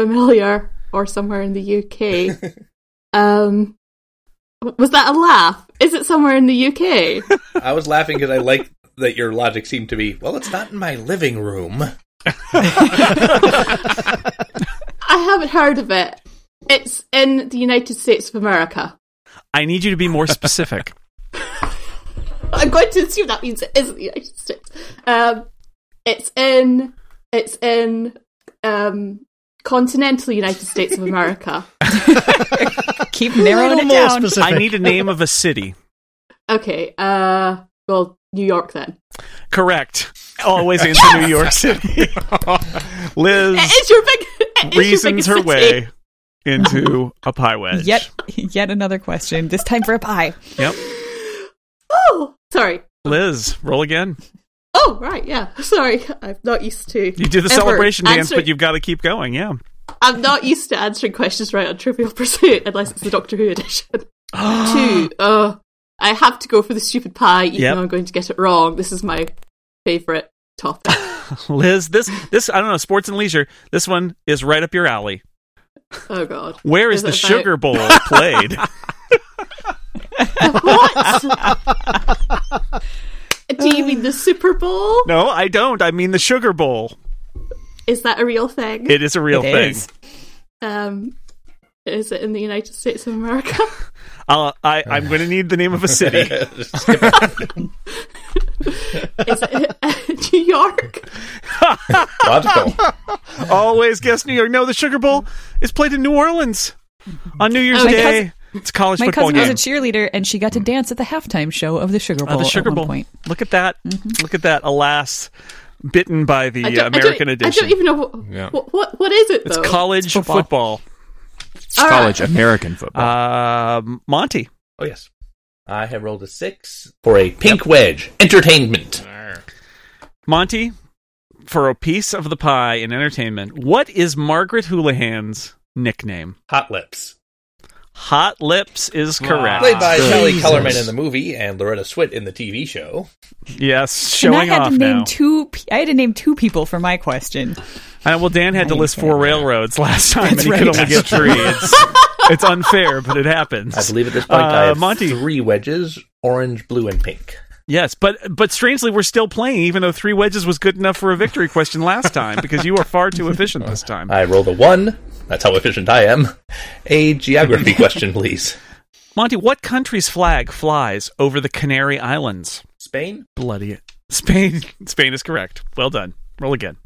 familiar or somewhere in the UK. um, was that a laugh? Is it somewhere in the UK?
I was laughing because I like that your logic seemed to be, well, it's not in my living room.
I haven't heard of it. It's in the United States of America.
I need you to be more specific.
I'm going to assume that means it is in the United States. Um, it's in it's in um continental United States of America.
Keep
A little
narrowing it
more
down.
specific.
I need a name of a city.
Okay. Uh, well, New York then.
Correct. Always answer New York City. Liz
It is your big. It is
reasons
your
her
biggest
way
city.
into a pie wedge.
Yet, yet another question. This time for a pie.
Yep.
Oh, sorry.
Liz, roll again.
Oh, right. Yeah. Sorry, I'm not used to.
You do the
ever
celebration dance,
answering-
but you've got to keep going. Yeah.
I'm not used to answering questions right on Trivial Pursuit unless it's the Doctor Who edition. Two. Uh, I have to go for the stupid pie, even
Yep.
though I'm going to get it wrong. This is my favorite topic.
Liz, this this I don't know, sports and leisure. This one is right up your alley.
Oh God.
Where is,
it
the
about-
sugar bowl played?
What? Do you mean the Super Bowl?
no, I don't. I mean the sugar bowl.
Is that a real thing?
It is a real
It
thing.
is.
um, is it in the United States of America?
I'll, I, I'm going to need the name of a city.
Is it uh, New York?
Logical.
Always guess New York. No, the Sugar Bowl is played in New Orleans on New Year's
Oh, my
Day.
cousin-
it's a college
My
football
cousin
game.
was a cheerleader, and she got to dance at the halftime show of the Sugar
Uh,
Bowl.
the Sugar
at one
Bowl.
Point.
Look at that. Look at that. Alas, bitten by the
I
uh,
don't- e-,
American
I don't,
edition.
I don't even know what,
Yeah.
what, what, what is it
it's
though.
college
It's
football.
football.
All right.
College American football.
Um, Monty.
Oh, yes. I have rolled a six for a pink wedge. Entertainment.
Monty, for a piece of the pie in entertainment, what is Margaret Houlihan's nickname?
Hot Lips.
Hot Lips is correct.
Played by
Jesus.
Sally Kellerman in the movie and Loretta Swit in the TV show.
Yes,
And
showing
I had
off
to name
now.
two. pe- I had to name two people for my question.
Uh, well, Dan had to
Nice.
list four railroads last time, and
That's
he
right.
could only get three. It's it's unfair, but it happens.
I believe at this point I
Uh,
have
Monty.
three wedges: orange, blue, and pink.
Yes, but but strangely, we're still playing, even though three wedges was good enough for a victory question last time because you are far too efficient this time.
I rolled a one. That's how efficient I am. A geography question, please.
Monty, what country's flag flies over the Canary Islands?
Spain.
Bloody Spain. Spain is correct. Well done. Roll again.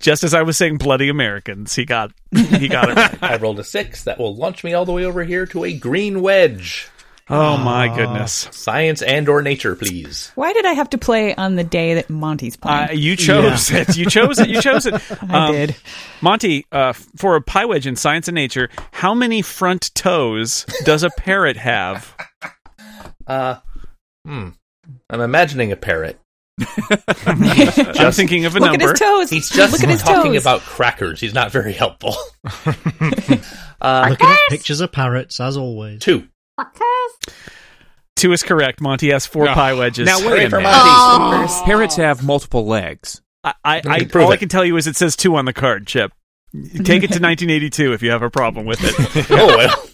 Just as I was saying, bloody Americans. He got he got it. Right.
I rolled a six. That will launch me all the way over here to a green wedge.
Oh my goodness.
Science and or nature, please.
Why did I have to play on the day that Monty's
Uh,
playing?
you chose it. You chose it. You chose it.
I
Um,
did.
Monty, uh, f- for a pie wedge in science and nature, how many front toes does a parrot have?
Uh, hmm. I'm imagining a parrot.
I'm thinking of a
Look at
number.
his toes.
He's just
Look at his
talking
toes.
about crackers. He's not very helpful.
Looking at pictures of parrots, as always.
Two.
Fuckers.
Two is correct. Monty has four
No.
pie wedges.
Now, wait
Hooray
a
for
minute.
Oh.
Parrots have multiple legs.
I, I,
You
I
can prove
all I
it.
can tell you is it says two on the card, Chip. Take it to 1982 if you have a problem with it.
Oh, well.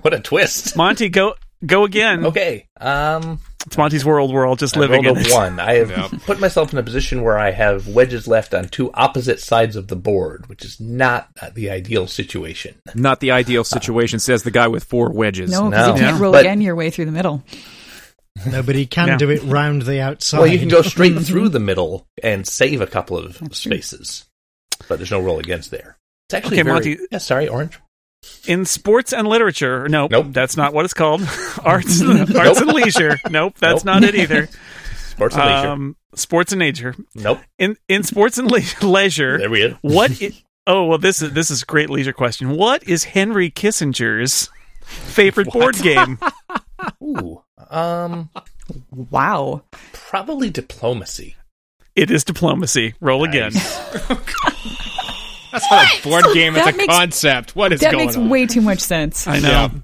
what a twist.
Monty, go go again.
Oh,
Okay. Um,
It's Monty's world. We're all just
I
living in
rolled
it.
a one. I have
Yep.
put myself in a position where I have wedges left on two opposite sides of the board, which is not uh, the ideal situation.
Not the ideal situation, says the guy with four wedges.
No, because
No.
you can't roll
But-
again your way through the middle.
No, but he can
Yeah.
do it round the outside.
Well, you can go straight through the middle and save a couple of spaces, but there's no roll against there. It's actually
Okay,
very-
Monty.
Yeah, sorry, orange.
In sports and literature, nope,
Nope.
that's not what it's called. arts,
Nope.
arts and leisure, nope, that's
Nope.
not it either.
Sports and
Um, sports and nature.
leisure. Nope.
In in sports and le- leisure,
There we go.
What? i- oh well, this is this is a great leisure question. What is Henry Kissinger's favorite board game?
Ooh. Um.
Wow.
Probably diplomacy.
It is diplomacy. Roll again.
That's not a board game.
that
It's a
makes-
concept. What is
that
going
makes
on?
way too much sense.
I know.
Yeah.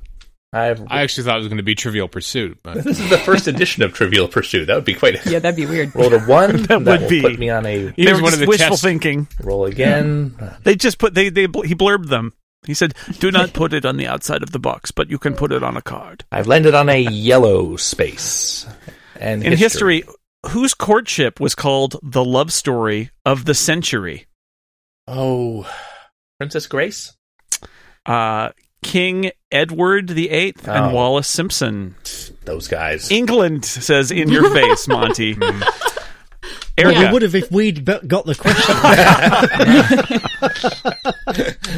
I've.
I actually thought it was going to be Trivial Pursuit, but
this is the first edition of Trivial Pursuit. That would be quite.
Yeah, that'd be weird.
Rolled a one. that
would
will
be.
put me on a
They
Here's
were
one
just
of the
wishful
tests.
thinking.
roll again.
They just put they they bl- he blurbed them. He said, "Do not put it on the outside of the box, but you can put it on a card."
I've landed on a yellow space. And
In history, whose courtship was called the love story of the century?
oh, Princess Grace.
Uh, King Edward the Eighth
Oh.
and Wallace Simpson.
Those guys.
England says in your face, Monty.
Well,
Erica,
we would have if we'd be- got the question.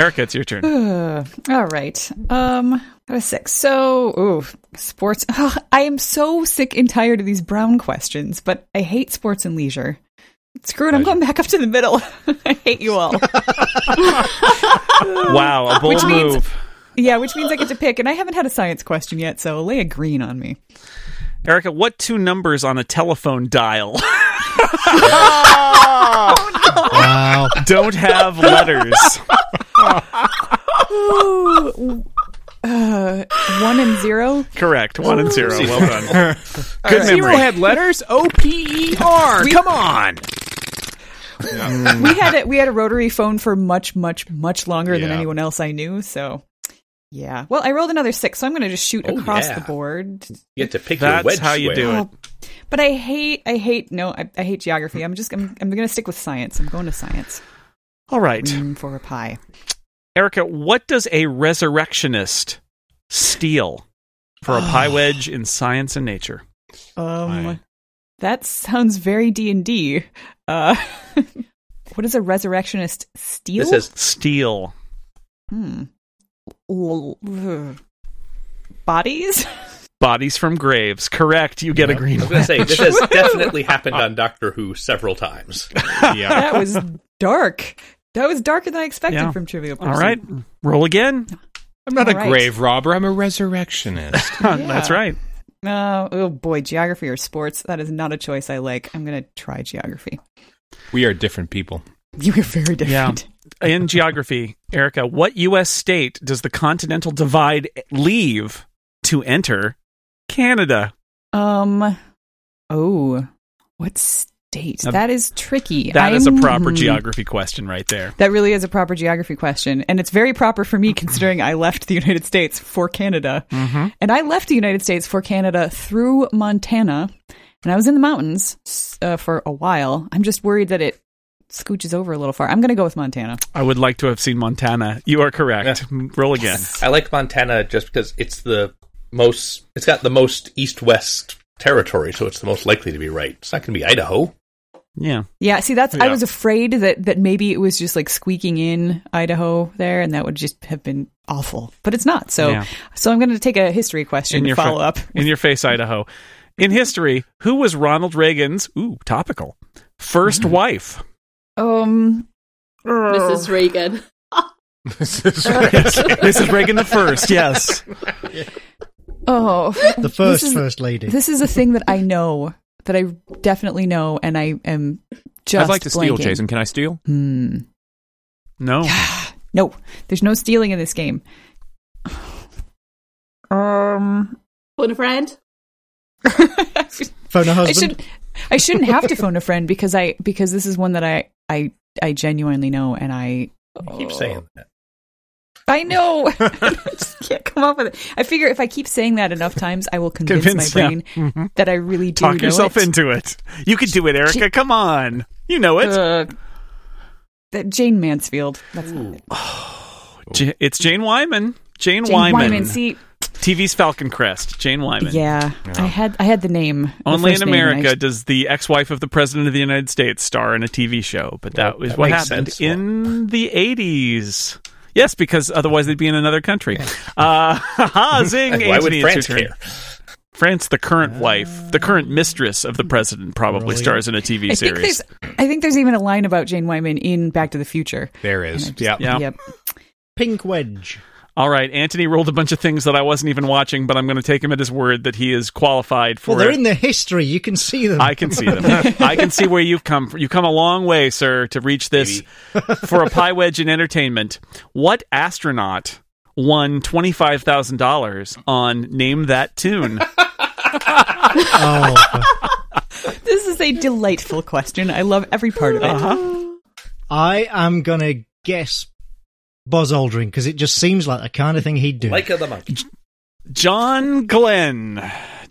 Erica, it's your turn.
Ugh. all right. Um, I was six. So, ooh, sports. Ugh, I am so sick and tired of these brown questions, but I hate sports and leisure. Screw it. I'm going back up to the middle. I hate you all.
Wow, a bold
Which means-
move.
yeah, which means I get to pick, and I haven't had a science question yet, so lay a green on me.
Erica, what two numbers on a telephone dial
wow.
don't have letters?
Ooh, uh, one and zero.
Correct. One and zero. Well done. Good
Zero
memory.
had letters. O P E R. Come on.
we had a, we had a rotary phone for much, much, much longer than
Yeah.
anyone else I knew. So, yeah. Well, I rolled another six, so I'm going to just shoot
Oh,
across
yeah.
the board.
You have to pick your
That's
wedge
how you
square.
do it.
But I hate, I hate. No, I, I hate geography. I'm just, I'm, I'm going to stick with science. I'm going to science
All right.
Mm, for a pie.
Erica, what does a resurrectionist steal for a pie wedge in science and nature?
Um,
Pie.
that sounds very D and D. Uh, what is a resurrectionist steal?
This is
Steal.
Hmm. L- ugh. bodies.
Bodies from graves. Correct. You get a green
I was going to
one.
say this has definitely happened on Doctor Who several times.
yeah.
that was dark. That was darker than I expected
Yeah.
from Trivial Pursuit.
All right. Roll again.
I'm not a
All right.
grave robber. I'm a resurrectionist.
That's right.
Uh, oh boy, geography or sports? That is not a choice I like. I'm gonna try geography.
we are different people.
You are very different.
in geography, Erica, what U.S. state does the Continental Divide leave to enter Canada?
Um. Oh, what state?
Uh,
that is tricky.
That is
I'm-
a proper
hmm.
geography question right there.
That really is a proper geography question. And it's very proper for me considering I left the United States for Canada.
Mm-hmm.
And I left the United States for Canada through Montana. And I was in the mountains s- uh, for a while. I'm just worried that it scooches over a little far. I'm going to go with Montana.
I would like to have seen Montana. You are correct. Roll again.
I like Montana just because it's the most. It's got the most east-west territory, so it's the most likely to be right. It's not going to be Idaho.
Yeah.
Yeah, see, that's I
Yeah.
was afraid that that maybe it was just like squeaking in Idaho there, and that would just have been awful. But it's not. So,
Yeah.
so I'm going to take a history question to
fa-
follow up.
In your face, Idaho. In history, who was Ronald Reagan's ooh topical first
Mm-hmm.
wife?
Um,
Mrs. Reagan.
Mrs. Reagan the first. Yes.
oh,
The first
is-
first lady.
this is a thing that I know that I definitely know, and I am just.
I'd like to steal,
blanking.
Jason. Can I steal?
Hmm.
No.
No, there's no stealing in this game. Um,
Phone a friend.
Phone a
I
husband.
should I shouldn't have to phone a friend because I because this is one that I I I genuinely know and I
I keep saying that.
I know. I just can't come up with it. I figure if I keep saying that enough times, I will convince,
Convince,
my
yeah. Mm-hmm.
brain that I really do
Talk
know
yourself
it.
into it. You can do it, Erica. Come on. You know it.
Uh, that Jane Mansfield. That's Jane,
Ja- it's Jane Wyman. Jane,
Wyman.
Wyman.
See,
TV's Falcon Crest. Jane Wyman.
yeah, I had I had the name the
Only in
first name, and I
America
just-
does the ex-wife of the president of the United States star in a TV show, but that
Well,
was
that
what
makes
happened
sense.
in the '80s. Yes, because otherwise they'd be in another country. Uh, haha, zing!
Why would
Anthony, it's
France
your turn.
care?
France, the current wife, the current mistress of the president, probably
Really?
stars in a TV
I think
series.
there's I think there's even a line about Jane Wyman in Back to the Future.
there is. Yeah.
Yeah.
Yep.
Pink wedge.
All right, Anthony rolled a bunch of things that I wasn't even watching, but I'm going to take him at his word that he is qualified for
Well, they're
it.
in the history. You can see them.
I can see them. I can see where you've come. You've come a long way, sir, to reach this for a pie wedge in entertainment. What astronaut won twenty five thousand dollars on Name That Tune?
Oh,
This is a delightful question. I love every part of it.
Uh-huh.
I am gonna guess Buzz Aldrin because it just seems like the kind of thing he'd do.
Like the monkey.
John Glenn.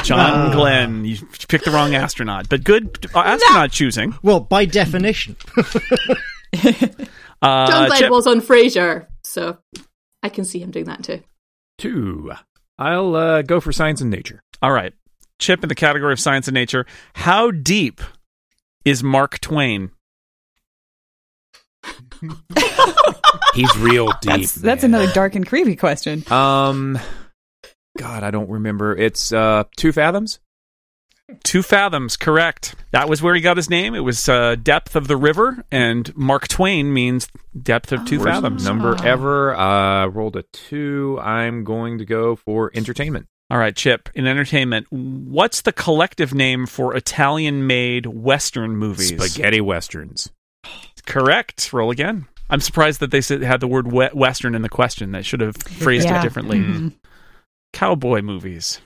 John
Ah.
Glenn. You picked the wrong astronaut, but good uh, astronaut choosing.
well, by definition,
Uh,
John Glenn
Chip-
was on Frasier, so I can see him doing that too.
Two. I'll uh, go for science and nature.
All right, Chip in the category of science and nature. How deep is Mark Twain?
He's real deep.
That's that's another dark and creepy question.
Um, God, I don't remember. It's uh two fathoms.
Two fathoms, correct. That was where he got his name. It was uh, depth of the river, and Mark Twain means depth of two
Worst
fathoms.
number
Oh.
ever. Uh, rolled a two. I'm going to go for entertainment.
All right, Chip. In entertainment, what's the collective name for Italian-made Western movies?
Spaghetti westerns.
Correct. Roll again. I'm surprised that they said, had the word we- Western in the question. They should have phrased
Yeah.
it differently.
Mhm.
Cowboy movies,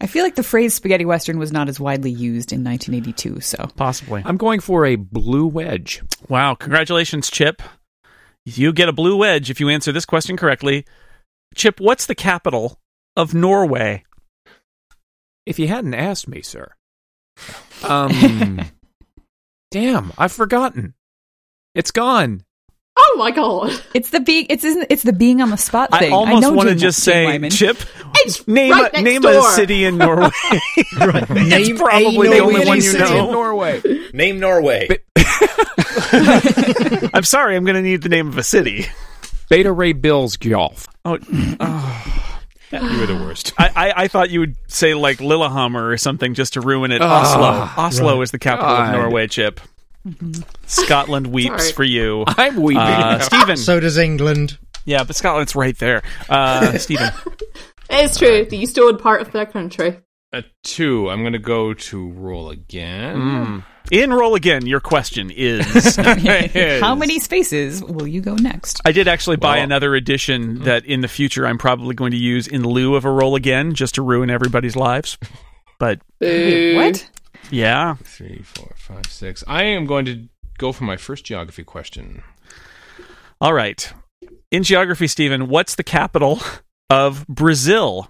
I feel like the phrase spaghetti western was not as widely used in 1982, so
possibly.
I'm going for a blue wedge.
Wow! Congratulations, Chip. You get a blue wedge if you answer this question correctly. Chip, what's the capital of Norway?
If you hadn't asked me, sir. Um, damn, I've forgotten. It's gone.
Oh my god!
it's the being it's isn't it's the being on the spot
I
thing.
almost
know
want to
Jane-
just
Jane
say,
Wyman.
Chip,
It's
name
right
a,
next
name a
door.
city in Norway.
Right. Name
it's probably
a
the
Norwegian
only one you
city.
in
know.
Norway.
Name Norway.
But-
I'm sorry, I'm going to need the name of a city.
Beta Ray Bills Golf.
Oh,
You were the worst.
I, I, I thought you would say like Lillehammer or something just to ruin it.
Ah,
Oslo. Oslo is the capital
God.
of Norway, Chip. Mm-hmm. Scotland weeps
Sorry.
for you.
I'm weeping.
Uh, Stephen.
so does England.
yeah, but Scotland's right there. Uh, Stephen.
It's true that you stole part of their country.
A Uh, two. I'm going to go to roll
Mm.
again.
In roll again, your question is.
How many spaces will you go next?
I did actually buy
Well-
another edition that in the future I'm probably going to use in lieu of a roll again just to ruin everybody's lives. But
Boo.
What?
Yeah.
Three, four, five, six. I am going to go for my first geography question.
All right. In geography, Stephen, what's the capital of Brazil?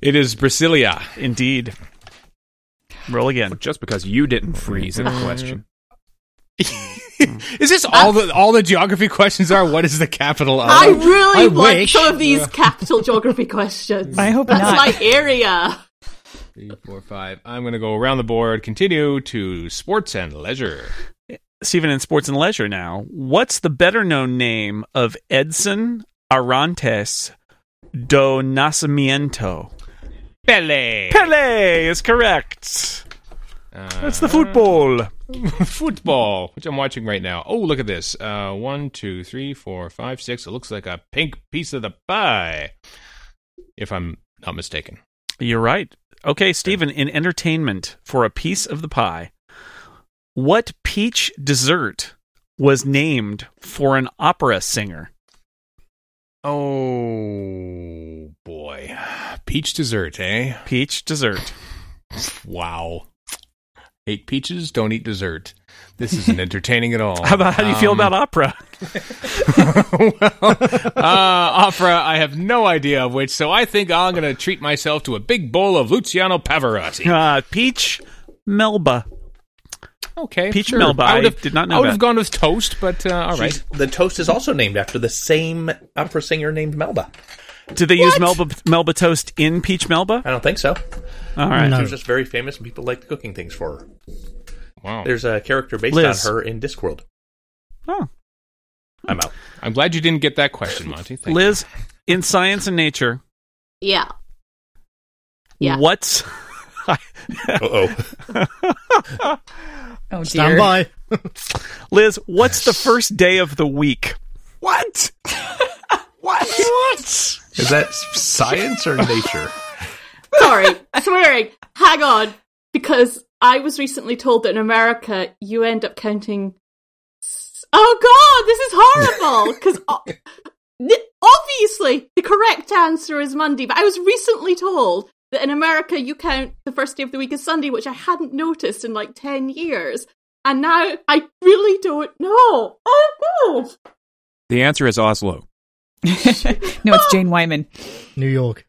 It is Brasilia.
Indeed. Roll again.
Just because you didn't freeze in the question.
Is this all the all the geography questions are? What is the capital of?
I really
I
want
wish.
some of these capital geography questions.
I hope
That's
not.
my area.
Three, four, five. I'm going to go around the board. Continue to sports and leisure.
Stephen in sports and leisure now. What's the better known name of Edson Arantes do Nascimento?
Pele.
Pele is correct. That's the
Uh,
football.
football, which I'm watching right now. Oh, look at this. Uh, one, two, three, four, five, six. It looks like a pink piece of the pie, if I'm not mistaken.
You're right. Okay, Stephen, in entertainment for a piece of the pie, what peach dessert was named for an opera singer?
Oh boy, peach dessert, eh?
Peach dessert.
Wow. Hate peaches, don't eat dessert. This isn't entertaining at all.
How about how do you feel
Um,
about opera?
well, uh, opera, I have no idea of which, so I think I'm going to treat myself to a big bowl of Luciano Pavarotti.
Uh, peach Melba.
Okay,
Peach
sure.
Melba,
I would
I
have,
did not know
I would
that.
have gone with toast, but uh, all right.
She's- The toast is also named after the same opera singer named Melba.
Did they use Melba Melba toast in peach Melba?
I don't think so.
All right.
She
No.
was just very famous, and people liked cooking things for her.
Wow,
There's a character based
Liz.
on her in Discworld.
Oh.
I'm out.
I'm glad you didn't get that question, Monty. Thank you.
Liz, in science and nature,
Yeah. Yeah.
what's
Uh oh.
Oh dear.
Stand by.
Liz, what's the first day of the week?
What? what? What? Is that science or nature?
Sorry, swearing. Hang on, because I was recently told that in America you end up counting. s- Oh God, this is horrible. Because obviously the correct answer is Monday, but I was recently told that in America you count the first day of the week as Sunday, which I hadn't noticed in like ten years, and now I really don't know. Oh God.
The answer is Oslo.
no, it's Jane Wyman.
New York.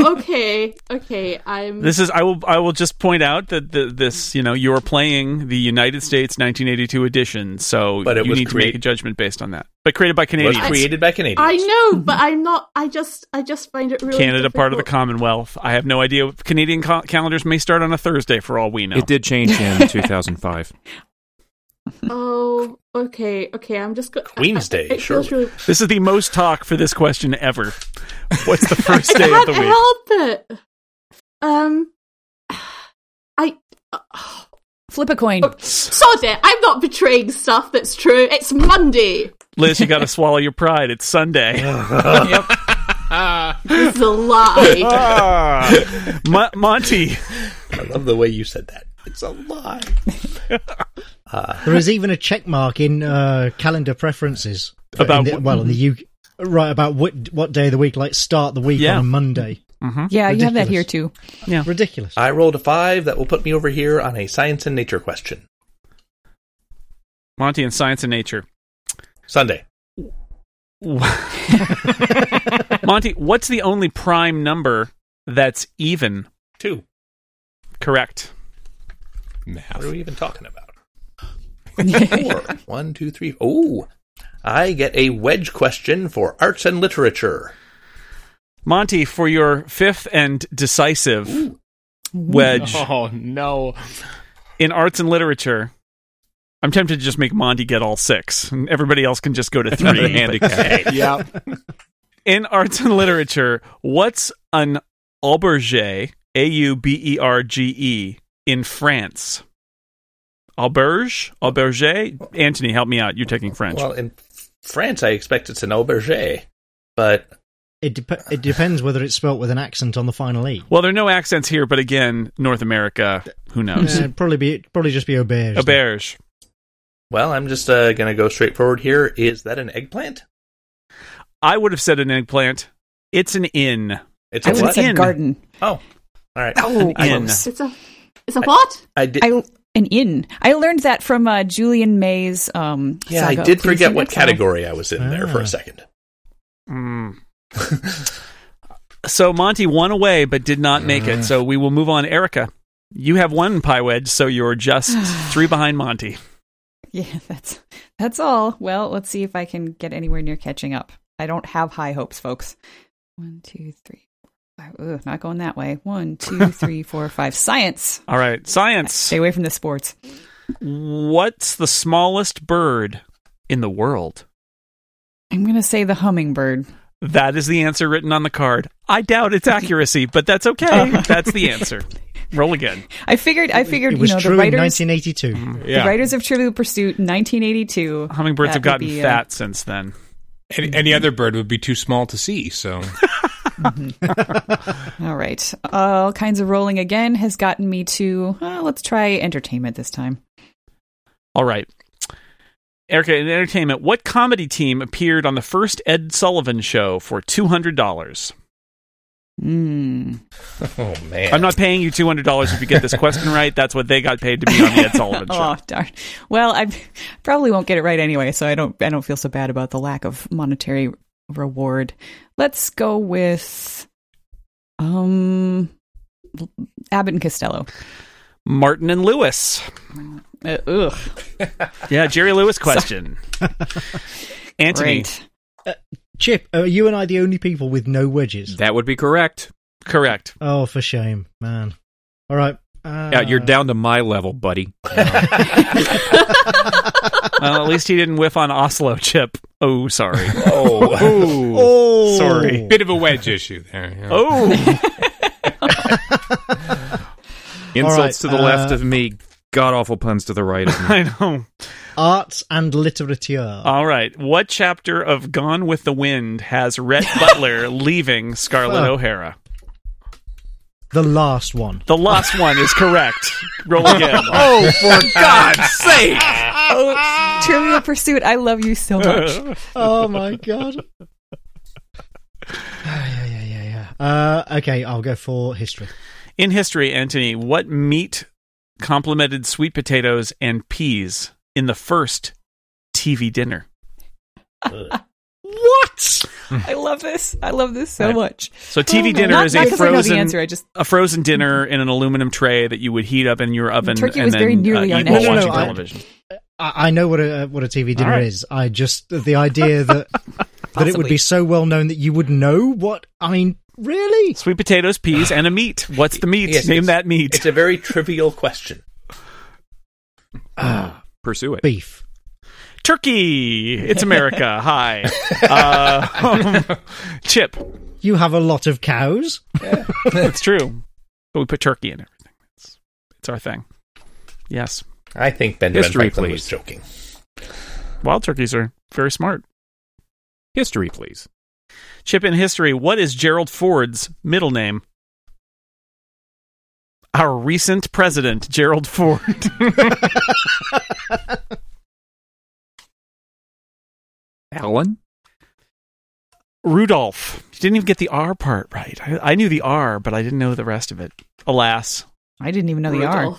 Okay, okay, I'm.
This is I will I will just point out that the, this you know you are playing the United States 1982 edition, so
But it
you
was
need to make
create-
a judgment based on that. But created by
Was
Canadians,
created by Canadians.
I know, but I'm not. I just, I just find it really
Canada part of the
difficult.
Commonwealth. I have no idea. Canadian cal- calendars may start on a Thursday for all we know.
It did change in 2005.
Oh, okay, okay. I'm just going.
Queen's Day, surely.
Really-
This is the most talk for this question ever. What's the first day of
can't
the week?
help it. Um, I
Flip a coin.
sod it. I'm not betraying stuff that's true. It's Monday.
Liz, you got to swallow your pride. It's Sunday.
This is a lie. Ah.
Mo- Monty,
I love the way you said that. It's a lie.
There is even a check mark in uh, calendar preferences. uh,
About
in the-
what-
well, in the UK. Right, about what, what day of the week, like start the week
Yeah.
on a Monday.
yeah, you have that
ridiculous.
here too.
Ridiculous.
I rolled a five. That will put me over here on a science and nature question.
Monty in science and nature.
Sunday.
Monty, what's the only prime number that's even?
Two.
Correct.
Math.
What are we even talking about? Four. One, two, three. Oh, I get a wedge question for arts and literature.
Monty, for your fifth and decisive wedge
Oh no!
in arts and literature, I'm tempted to just make Monty get all six, and everybody else can just go to
Another
three.
handicap.
yeah.
in arts and literature, what's an auberge? A U B E R G E in France. Auberge, auberge. Anthony, help me out. You're taking French.
Well, in France, I expect it's an auberge, but
It, dep it depends whether it's spelt with an accent on the final e.
Well, there are no accents here, but again, North America. Who knows?
Yeah, it'd Uh, probably be it'd probably just be auberge.
Auberge.
well, I'm just uh, going to go straight forward here. Is that an eggplant?
I would have said an eggplant. It's an inn.
It's a
I would have
what?
say-
said
In.
garden.
Oh, all right.
Oh,
In.
close.
it's a It's a what?
I did.
I an inn. I learned that from uh, Julian May's. Um,
yeah, I
saga
did
of Police
forget
in
what
Exile.
category I was in there for
Ah.
a second.
Mm. so Monty won away, but did not make it. So we will move on. Erica, you have one pie wedge, so you're just three behind Monty.
Yeah, that's that's all. Well, let's see if I can get anywhere near catching up. I don't have high hopes, folks. One, two, three, four, five. Ugh, not going that way. One, two, three, four, five. Science.
All right, science.
Stay away from the sports.
What's the smallest bird in the world?
I'm gonna say the hummingbird.
That is the answer written on the card. I doubt its accuracy, but that's okay.
Oh.
That's the answer. Roll again.
I figured. I figured.
It was
you know,
true
the
in
writers.
Mm.
1982.
The writers of Trivial Pursuit, 1982.
Hummingbirds
That
have
would
gotten
be, uh,
fat since then.
Any, any other bird would be too small to see. So
All right. All kinds of rolling again has gotten me to uh, let's try entertainment this time.
All right. Erica, in entertainment, what comedy team appeared on the first Ed Sullivan show for $200? Hmm.
Mm.
Oh man,
I'm not paying you $200 if you get this question right. That's what they got paid to be on the Ed Sullivan show.
Oh darn. Well, I probably won't get it right anyway, so I don't. I don't feel so bad about the lack of monetary reward. Let's go with um Abbott and Costello.
Martin and Lewis.
Uh, ugh.
Yeah, Jerry Lewis question. Anthony,
Great.
Chip, are you and I the only people with no wedges?
That would be correct.
correct.
Oh, for shame, man. All right. Uh,
yeah, you're down to my level, buddy.
Well, at least he didn't whiff on Oslo chip. Oh, sorry.
Oh,
oh,
Oh,
Sorry.
bit of a wedge issue there. yeah.
Oh,
All
Insults
right,
to the
uh,
left of me, god awful puns to the right of me.
I know.
Arts and literature.
All right. What chapter of Gone with the Wind has Rhett Butler leaving Scarlett
Fuck.
O'Hara?
the last one.
The last one is correct. Roll again.
oh, for God's sake!
Oh, Trivial Pursuit. I love you so much.
Oh my god. Ah, yeah, yeah, yeah, yeah. Uh, okay, I'll go for history.
In history, Antony, what meat complemented sweet potatoes and peas in the first TV dinner?
What? I love this. I love this so
Right.
much.
So TV
Not-
dinner
Oh, not,
is a
'cause I know the
frozen
answer. I just
a frozen dinner in an aluminum tray that you would heat up in your oven
Turkey
and
was
then
very nearly
uh,
on
eat while
edge. No, no, no,
watching
I-
television.
I, I know what a uh, what a TV dinner
All right.
is. I just the idea that that it would
Possibly.
be so well known that you would know what I mean. Really?
Sweet potatoes, peas, and a meat. What's the meat?
Yes,
Name
it's-
that meat.
it's a very trivial question.
Pursue it.
Ah, Beef.
Turkey. It's America. Hi. Uh, Chip.
You have a lot of cows.
It's true. But we put turkey in everything. It's, it's our thing. Yes.
I think Benjamin
History,
Franklin
please.
was joking.
Wild turkeys are very smart.
History, please.
Chip in history, what is Gerald Ford's middle name? Our recent president, Gerald Ford.
Alan?
Rudolph. You didn't even get the R part right. I, I knew the R, but I didn't know the rest of it. Alas.
I didn't even know the R.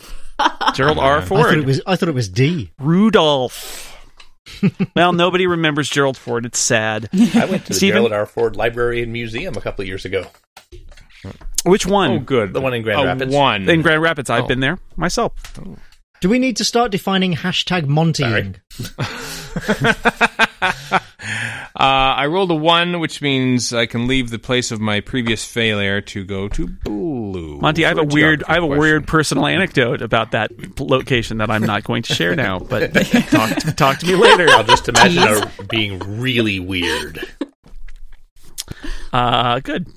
Gerald R.
I
I thought it
Ford.
was. I thought it was D.
Rudolph. well, nobody remembers Gerald Ford. It's sad.
I went to the
Stephen?
Gerald R. Ford Library and Museum a couple of years ago.
Which one?
Oh, good.
The one in Grand
A
Rapids.
One
In Grand Rapids. I've
Oh.
been there myself.
Do we need to start defining hashtag Montying?
Uh, I rolled a one, which means I can leave the place of my previous failure to go to blue.
Monty, I have
For
a weird,
geography
I have a
question.
weird personal anecdote about that p- location that I'm not going to share now. But talk to, talk to me later.
I'll just imagine her being really weird.
Uh, good.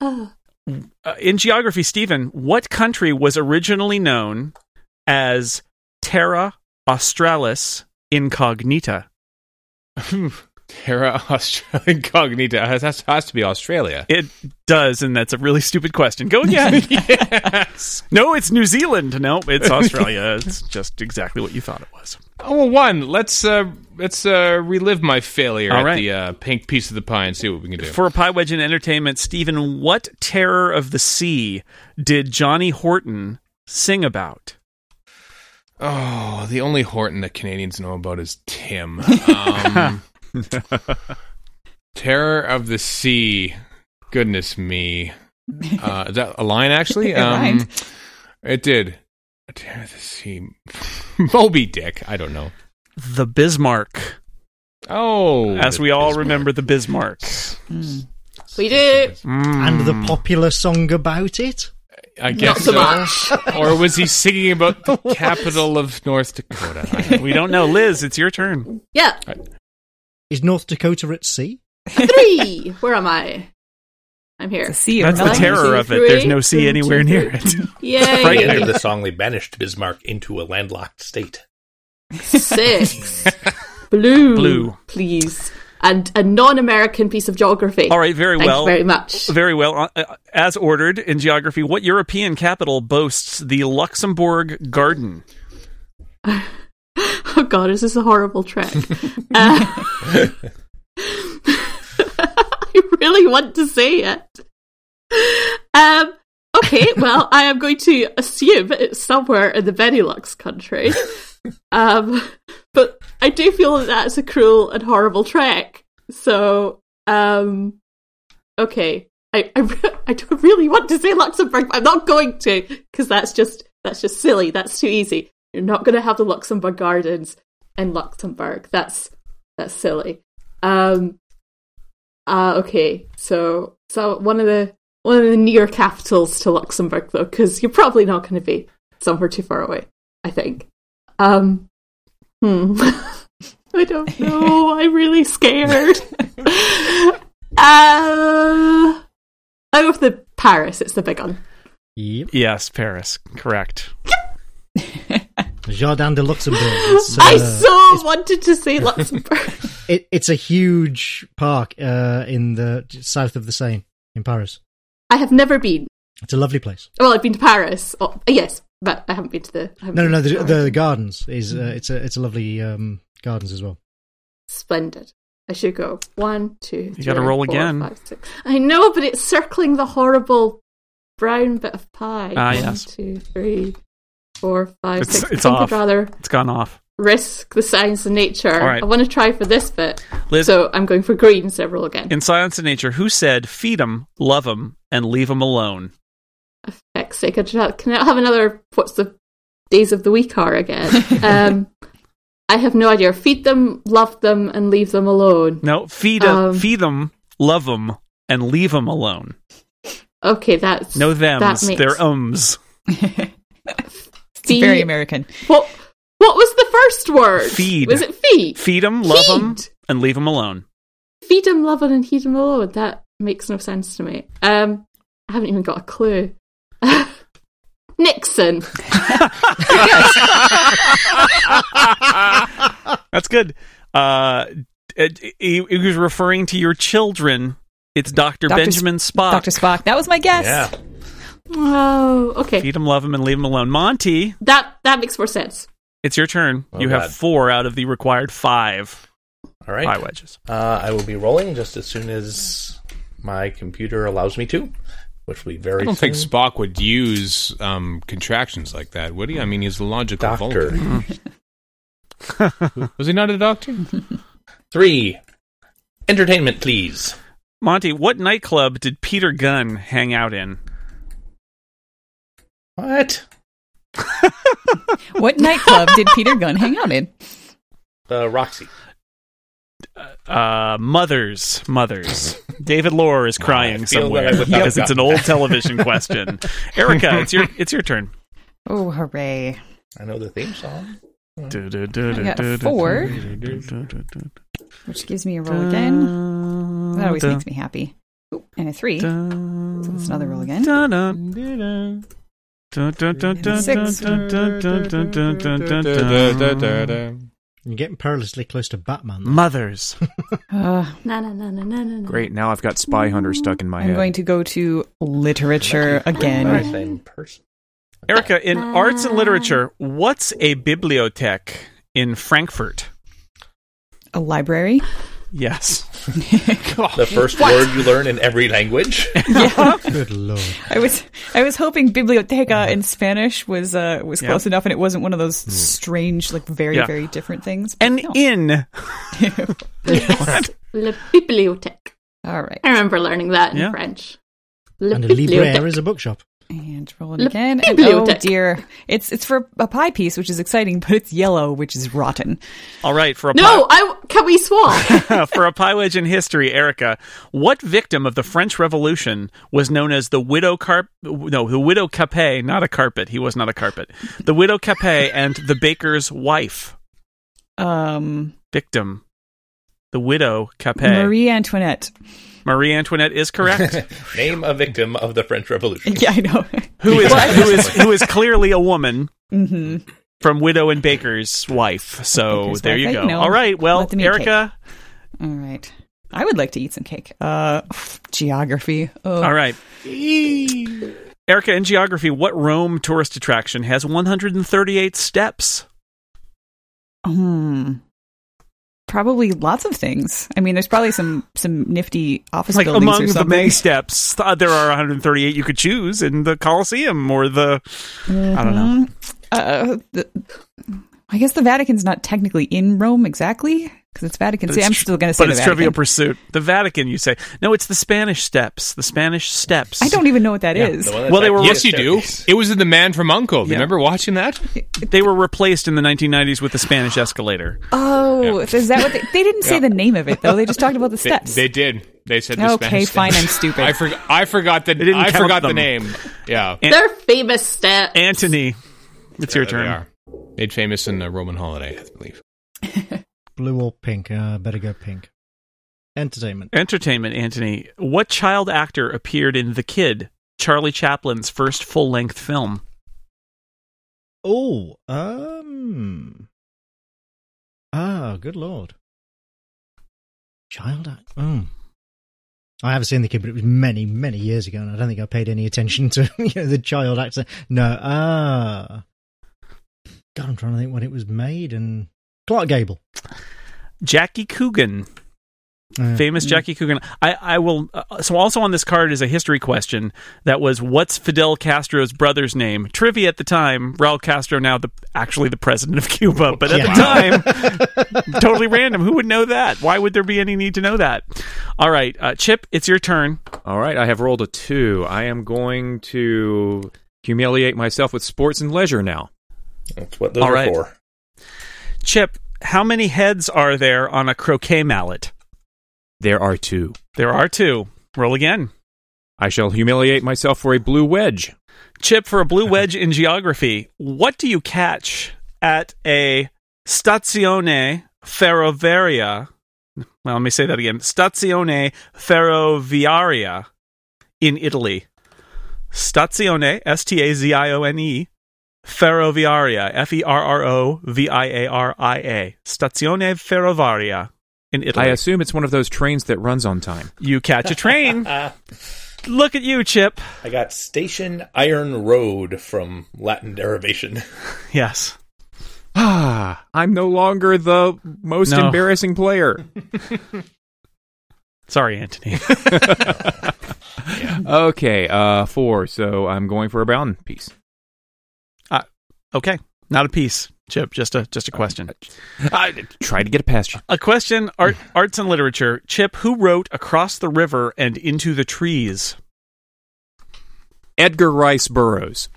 Oh.
Uh, in geography, Stephen, what country was originally known as Terra Australis Incognita?
Terra Australia Incognita. It has, has to be Australia.
It does, and that's a really stupid question. Go again.
yes.
no, it's New Zealand. No, it's Australia. it's just exactly what you thought it was.
Oh, well, one. Let's uh, let's uh, relive my failure
All
at
right.
the uh, pink piece of the pie and see what we can do.
For a pie wedge in entertainment, Stephen, what terror of the sea did Johnny Horton sing about?
Oh, the only Horton that Canadians know about is Tim. Um, Terror of the Sea. Goodness me. Uh, is that a line, actually? Um,
It rhymed.
it did. Terror of the Sea. Moby Dick. I don't know.
The Bismarck,
Oh.
as
the
we all
Bismarck.
remember the Bismarck. Hmm. Mm.
Mm.
We do.
and the popular song about it.
I
Not
guess
so
so.
much.
or was he singing about the capital of North Dakota? I don't-
we don't know, Liz. It's your turn.
Yeah.
Is North Dakota at sea?
Three. Where am I? I'm here.
It's a sea
That's the
relics.
terror of it. There's no sea anywhere near it.
Yay.
Right after the song, they banished Bismarck into a landlocked state.
Six. Blue.
Blue.
Please. And a non American piece of geography.
All right, very
Thank
well.
you very much.
Very well. Uh, uh, As ordered in geography, what European capital boasts the Luxembourg Garden?
Oh god, is this a horrible trek? uh, I really want to say it. Um, okay, well, I am going to assume it's somewhere in the Benelux country. Um, but I do feel that that's a cruel and horrible trek. So, um, okay. I, I, re- I don't really want to say Luxembourg, but I'm not going to because that's just that's just silly. That's too easy. You're not going to have the Luxembourg Gardens in Luxembourg. That's that's silly. Um, uh, okay, so so one of the one of the near capitals to Luxembourg though, because you're probably not going to be somewhere too far away. I think. Um, hmm. I don't know. I'm really scared. Uh, oh, of the Paris, it's the big one.
Yep.
Yes, Paris. Correct.
Jardin de Luxembourg. It's,
I
uh,
so wanted to say Luxembourg.
it, it's a huge park uh, in the south of the Seine in Paris.
I have never been.
It's a lovely place.
Well, I've been to Paris. Oh, yes, but I haven't been to the. I haven't
No, no,
been
no.
to
The,
Paris.
the gardens is uh, it's a it's a lovely um, gardens as well.
Splendid. I should go. One, two. You
gotta roll again.
I know, but it's circling the horrible brown bit of pie.
Ah,
One,
yes.
two, three, four, five,
It's-
six.
it's
I think
off.
I'd rather
It's gone off.
risk the science of nature.
All right.
I want to try for this bit.
Liz,
So I'm going for green several again.
in Silence of Nature, who said, feed 'em, love 'em, and leave 'em alone?
Heck's sake, I just have- can I have another? What's the days of the week are again? um, I have no idea. Feed them, love them, and leave them alone.
No, feed, a,
Um,
feed 'em, love 'em, and leave 'em alone.
Okay, that's
No
That
thems,
makes
they're ums.
It's very American.
What What was the first word?
Feed.
Was it feed?
Feed 'em, love 'em,
Feed.
and leave 'em alone.
Feed them, love them, and heed them alone. That makes no sense to me. Um, I haven't even got a clue. Nixon.
That's good. Uh, it, it- it was referring to your children. It's Dr.
Dr.
Benjamin Spock.
Dr. Spock. That was my guess.
Yeah.
Oh, okay.
Feed 'em, love 'em, and leave 'em alone. Monty,
That that makes more sense.
it's your turn.
Oh,
you have
God.
four out of the required five
All right.
pie wedges.
Uh, I will be rolling just as soon as my computer allows me to, which will be very
I don't
soon.
think Spock would use um, contractions like that, would he? I mean, he's a logical
Doctor.
Vulcan. Was he not a doctor?
Three. Entertainment, please.
Monty, what nightclub did Peter Gunn hang out in?
What?
What nightclub did Peter Gunn hang out in?
Uh, Roxy.
Uh, Mothers, Mothers. David Lohr is crying
I feel
somewhere
that I would not
because
have
it's an
gotten
old
that.
television question. Erica, it's your it's your turn.
Oh, hooray.
I know the theme song.
I got four. Which gives me a roll again. That always makes me happy. Ooh, and a three. So that's another roll again. Six.
You're getting perilously close to Batman. though.
Mothers.
Uh,
Na na na na na na. na.
Great. Now I've got Spy Hunter stuck in my
I'm
head.
going to go to literature
By
again.
the same person.
Erica, in
Ah.
arts and literature, what's a bibliothèque in Frankfurt?
A library.
Yes.
The first word you learn in every language.
Good lord.
I was I was hoping biblioteca in Spanish was uh was
Uh-huh. Yeah. Hmm.
close enough, and it wasn't one of those strange, like very
Yeah.
very different things. but
And
no.
in.
Yes. La bibliothèque.
all right,
I remember learning that in
Yeah.
French. La
And a libraire
bibliothèque.
is a bookshop.
and roll it
La
again. And, oh
bibliothèque.
dear, it's it's for a pie piece, which is exciting, but it's yellow, which is rotten.
All right, for a
No, I can we swap?
pie, for a pie wedge in history, Erica, what victim of the French Revolution was known as the widow carp? No, the widow Capet, not a carpet. He was not a carpet. The widow Capet and the baker's wife
Um,
victim. The widow Capet.
Marie Antoinette.
Marie Antoinette is correct.
Name a victim of the French Revolution.
Yeah, I know.
who is who is who is clearly a woman
hmm
from Widow and Baker's wife. So
Baker's
there
wife,
you
I
go.
know.
All right, well,
Let them eat
Erica.
All right. I would like to eat some cake. Uh, geography. Oh.
All right. Erica, in geography, what Rome tourist attraction has 138 steps?
Hmm. Probably lots of things. I mean, there's probably some some nifty office
Like
buildings
among
or
the
something.
many steps, uh, there are 138 you could choose in the Colosseum or the. I don't
Mm-hmm.
know.
Uh, the, I guess the Vatican's not technically in Rome exactly because it's Vatican
But
City.
it's
I'm
tr-
still going to say
But
the
it's
Vatican.
Trivial Pursuit. The Vatican, you say? No, it's the Spanish Steps. The Spanish Steps.
I don't even know what that
Yeah,
is.
The one that's
Well, they
like
were-
the
Yes, you do.
staircase.
It was in The Man from U.N.C.L.E. Do
Yeah.
you remember watching that?
They were replaced in the 1990s with the Spanish Escalator.
Oh, is that what they, they didn't say the name of it though? They just talked about the
They,
steps.
they did. They said the
okay,
Spanish
fine. I'm
Steps.
stupid.
I, forg I forgot the
didn't
I
count
forgot the
them.
name. Yeah,
They're famous steps.
Antony, it's your
There
turn.
They are made famous in uh, Roman holiday, I believe.
Blue or pink? Uh, better go pink. Entertainment.
Entertainment, Anthony. What child actor appeared in The Kid, Charlie Chaplin's first full length film?
Oh, um. Ah, good lord. Child act. Oh. I have seen the kid, but it was many, many years ago, and I don't think I paid any attention to you know, the child actor. No, ah. God, I'm trying to think when it was made and. Clark Gable.
Jackie Coogan.
Uh,
Famous Jackie Coogan. I, I will. Uh, so, also on this card is a history question that was what's Fidel Castro's brother's name? Trivia at the time, Raul Castro, now the actually the president of Cuba. But at
Yeah.
the time, totally random. Who would know that? Why would there be any need to know that? All right, uh, Chip, it's your turn.
All right, I have rolled a two. I am going to humiliate myself with sports and leisure now.
That's what those
All
are
right.
for.
Chip, how many heads are there on a croquet mallet?
There are two.
There are two. Roll again.
I shall humiliate myself for a blue wedge.
Chip, for a blue wedge in geography, what do you catch at a stazione ferroviaria? Well, let me say that again. Stazione ferroviaria in Italy. Stazione, S T A Z I O N E, ferroviaria, F E R R O V I A R I A. Stazione ferroviaria in Italy.
I assume it's one of those trains that runs on time.
you catch a train.
Ah,
Look at you, Chip.
I got Station Iron Road from Latin derivation.
Yes.
Ah, I'm no longer the most
No.
embarrassing player.
Sorry, Anthony.
okay, uh, four. So I'm going for a brown piece.
Okay, not a piece, Chip. Just a
Uh,
just a question. Uh,
I tried to get it past you.
A question. Art, arts and literature. Chip, who wrote "Across the River and Into the Trees"?
Edgar Rice Burroughs.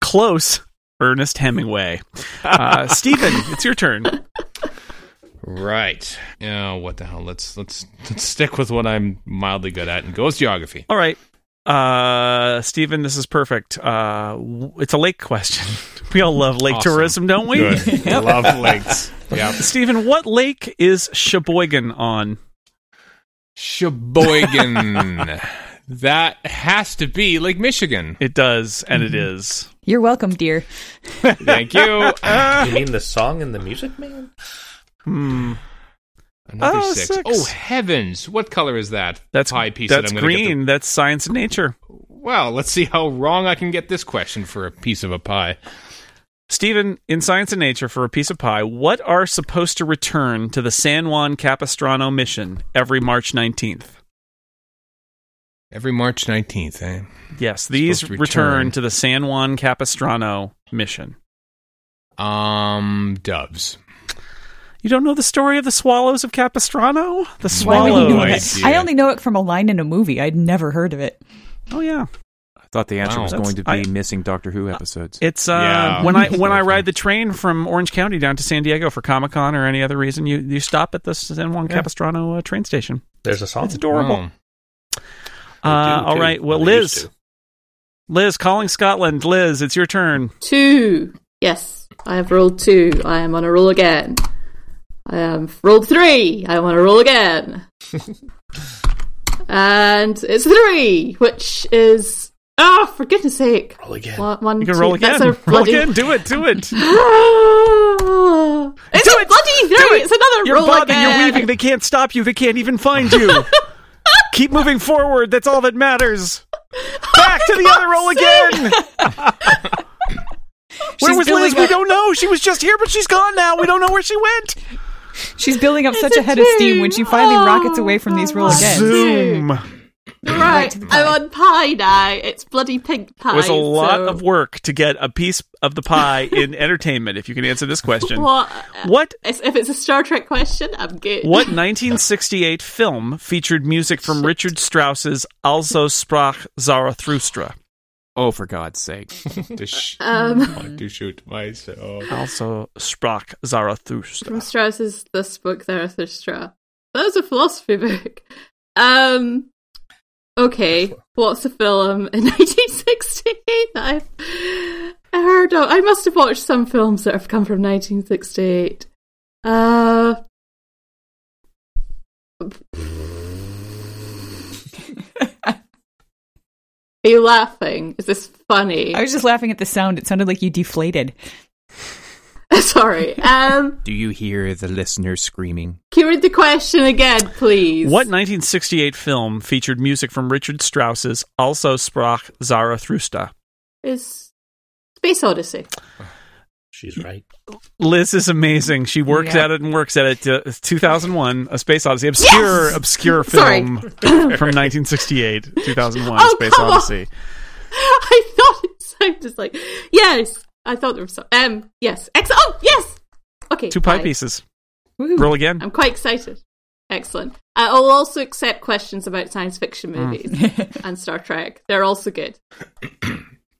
Close. Ernest Hemingway. Uh, Stephen, it's your turn.
Right. Oh, what the hell? Let's let's let's stick with what I'm mildly good at and go with geography.
All right, uh, Stephen, this is perfect. Uh, w- it's a lake question. We all love lake
Awesome.
tourism, don't we?
Good. Love links. Yeah.
Stephen, what lake is Sheboygan on?
Sheboygan. that has to be Lake Michigan.
It does, and it
Mm-hmm.
is.
You're welcome, dear.
Thank you.
you mean the song and the music, man?
Hmm.
Another
Oh,
six.
six.
Oh heavens! What color is that?
That's
pie piece.
That's
that I'm gonna get the-
green. That's science and nature.
Well, let's see how wrong I can get this question for a piece of a pie.
Stephen, in Science and Nature for a piece of pie, what are supposed to return to the San Juan Capistrano mission every March 19th?
Every March 19th, eh?
Yes, these
Supposed to
return.
return.
to the San Juan Capistrano mission.
Um, doves.
You don't know the story of the swallows of Capistrano? The
Why would you know
I
swallows.
that?
see.
I only know it from a line in a movie. I'd never heard of it.
Oh yeah.
I thought the answer
Wow.
was going to be
That's- I-
missing Doctor Who episodes.
It's uh,
Yeah.
when I when I
Okay.
ride the train from Orange County down to San Diego for Comic Con or any other reason, you you stop at the San Juan Capistrano uh, train station.
There's a song.
It's adorable.
Oh.
Uh, all right, well, Liz, Liz, calling Scotland, Liz, it's your turn.
Two. Yes, I have rolled two. I am on a roll again. I have rolled three. I am on a roll again. and it's three, which is oh, for goodness sake!
Roll again.
One, one,
You can
two-
roll again.
That's a
roll
bloody.
again. Do it. Do it.
it's
Do
a
it.
bloody
Do
three.
it.
It's another
You're
roll
bobbing.
again.
You're weaving. They can't stop you. They can't even find you. Keep moving forward. That's all that matters. Back to the other roll again. Where was
She's
Liz?
building
We
up-
don't know. She was just here, but she's gone now. We don't know where she went.
She's building up such
It's
a
a
head of steam
two.
when she finally
Oh,
rockets away from these roll
God.
again.
Zoom.
right, I'm on pie now. It's bloody pink pie.
It was a lot
so-
of work to get a piece of the pie in entertainment. If you can answer this question,
What?
what
It's- If it's a Star Trek question, I'm good.
What 1968 film featured music from Richard Strauss's Also Sprach Zarathustra?
Oh, for God's sake!
To sh-
Um,
I do shoot Oh. myself.
Also Sprach Zarathustra.
from Strauss's This Book, Zarathustra. That was a philosophy book. Um, okay, what's a film in 1968 that I've heard of? I must have watched some films that have come from 1968. Uh, are you laughing? Is this funny?
I was just laughing at the sound. It sounded like you deflated.
Sorry. Um,
Do you hear the listener screaming?
can you read the question again, please?
What 1968 film featured music from Richard Strauss's Also Sprach Zarathustra?
is Space Odyssey.
She's right.
Liz is amazing. She works
Yeah.
at it and works at it. Uh, 2001, A Space Odyssey. Obscure,
Yes!
obscure
Sorry.
film from 1968. 2001, A
Oh,
Space
come on.
Odyssey.
I thought it sounded like yes. I thought there was some. Um, yes. Ex- oh, yes. Okay.
Two pie
bye.
pieces.
Woo.
Roll again.
I'm quite excited. Excellent. I'll also accept questions about science fiction
Mm.
movies and Star Trek. They're also good.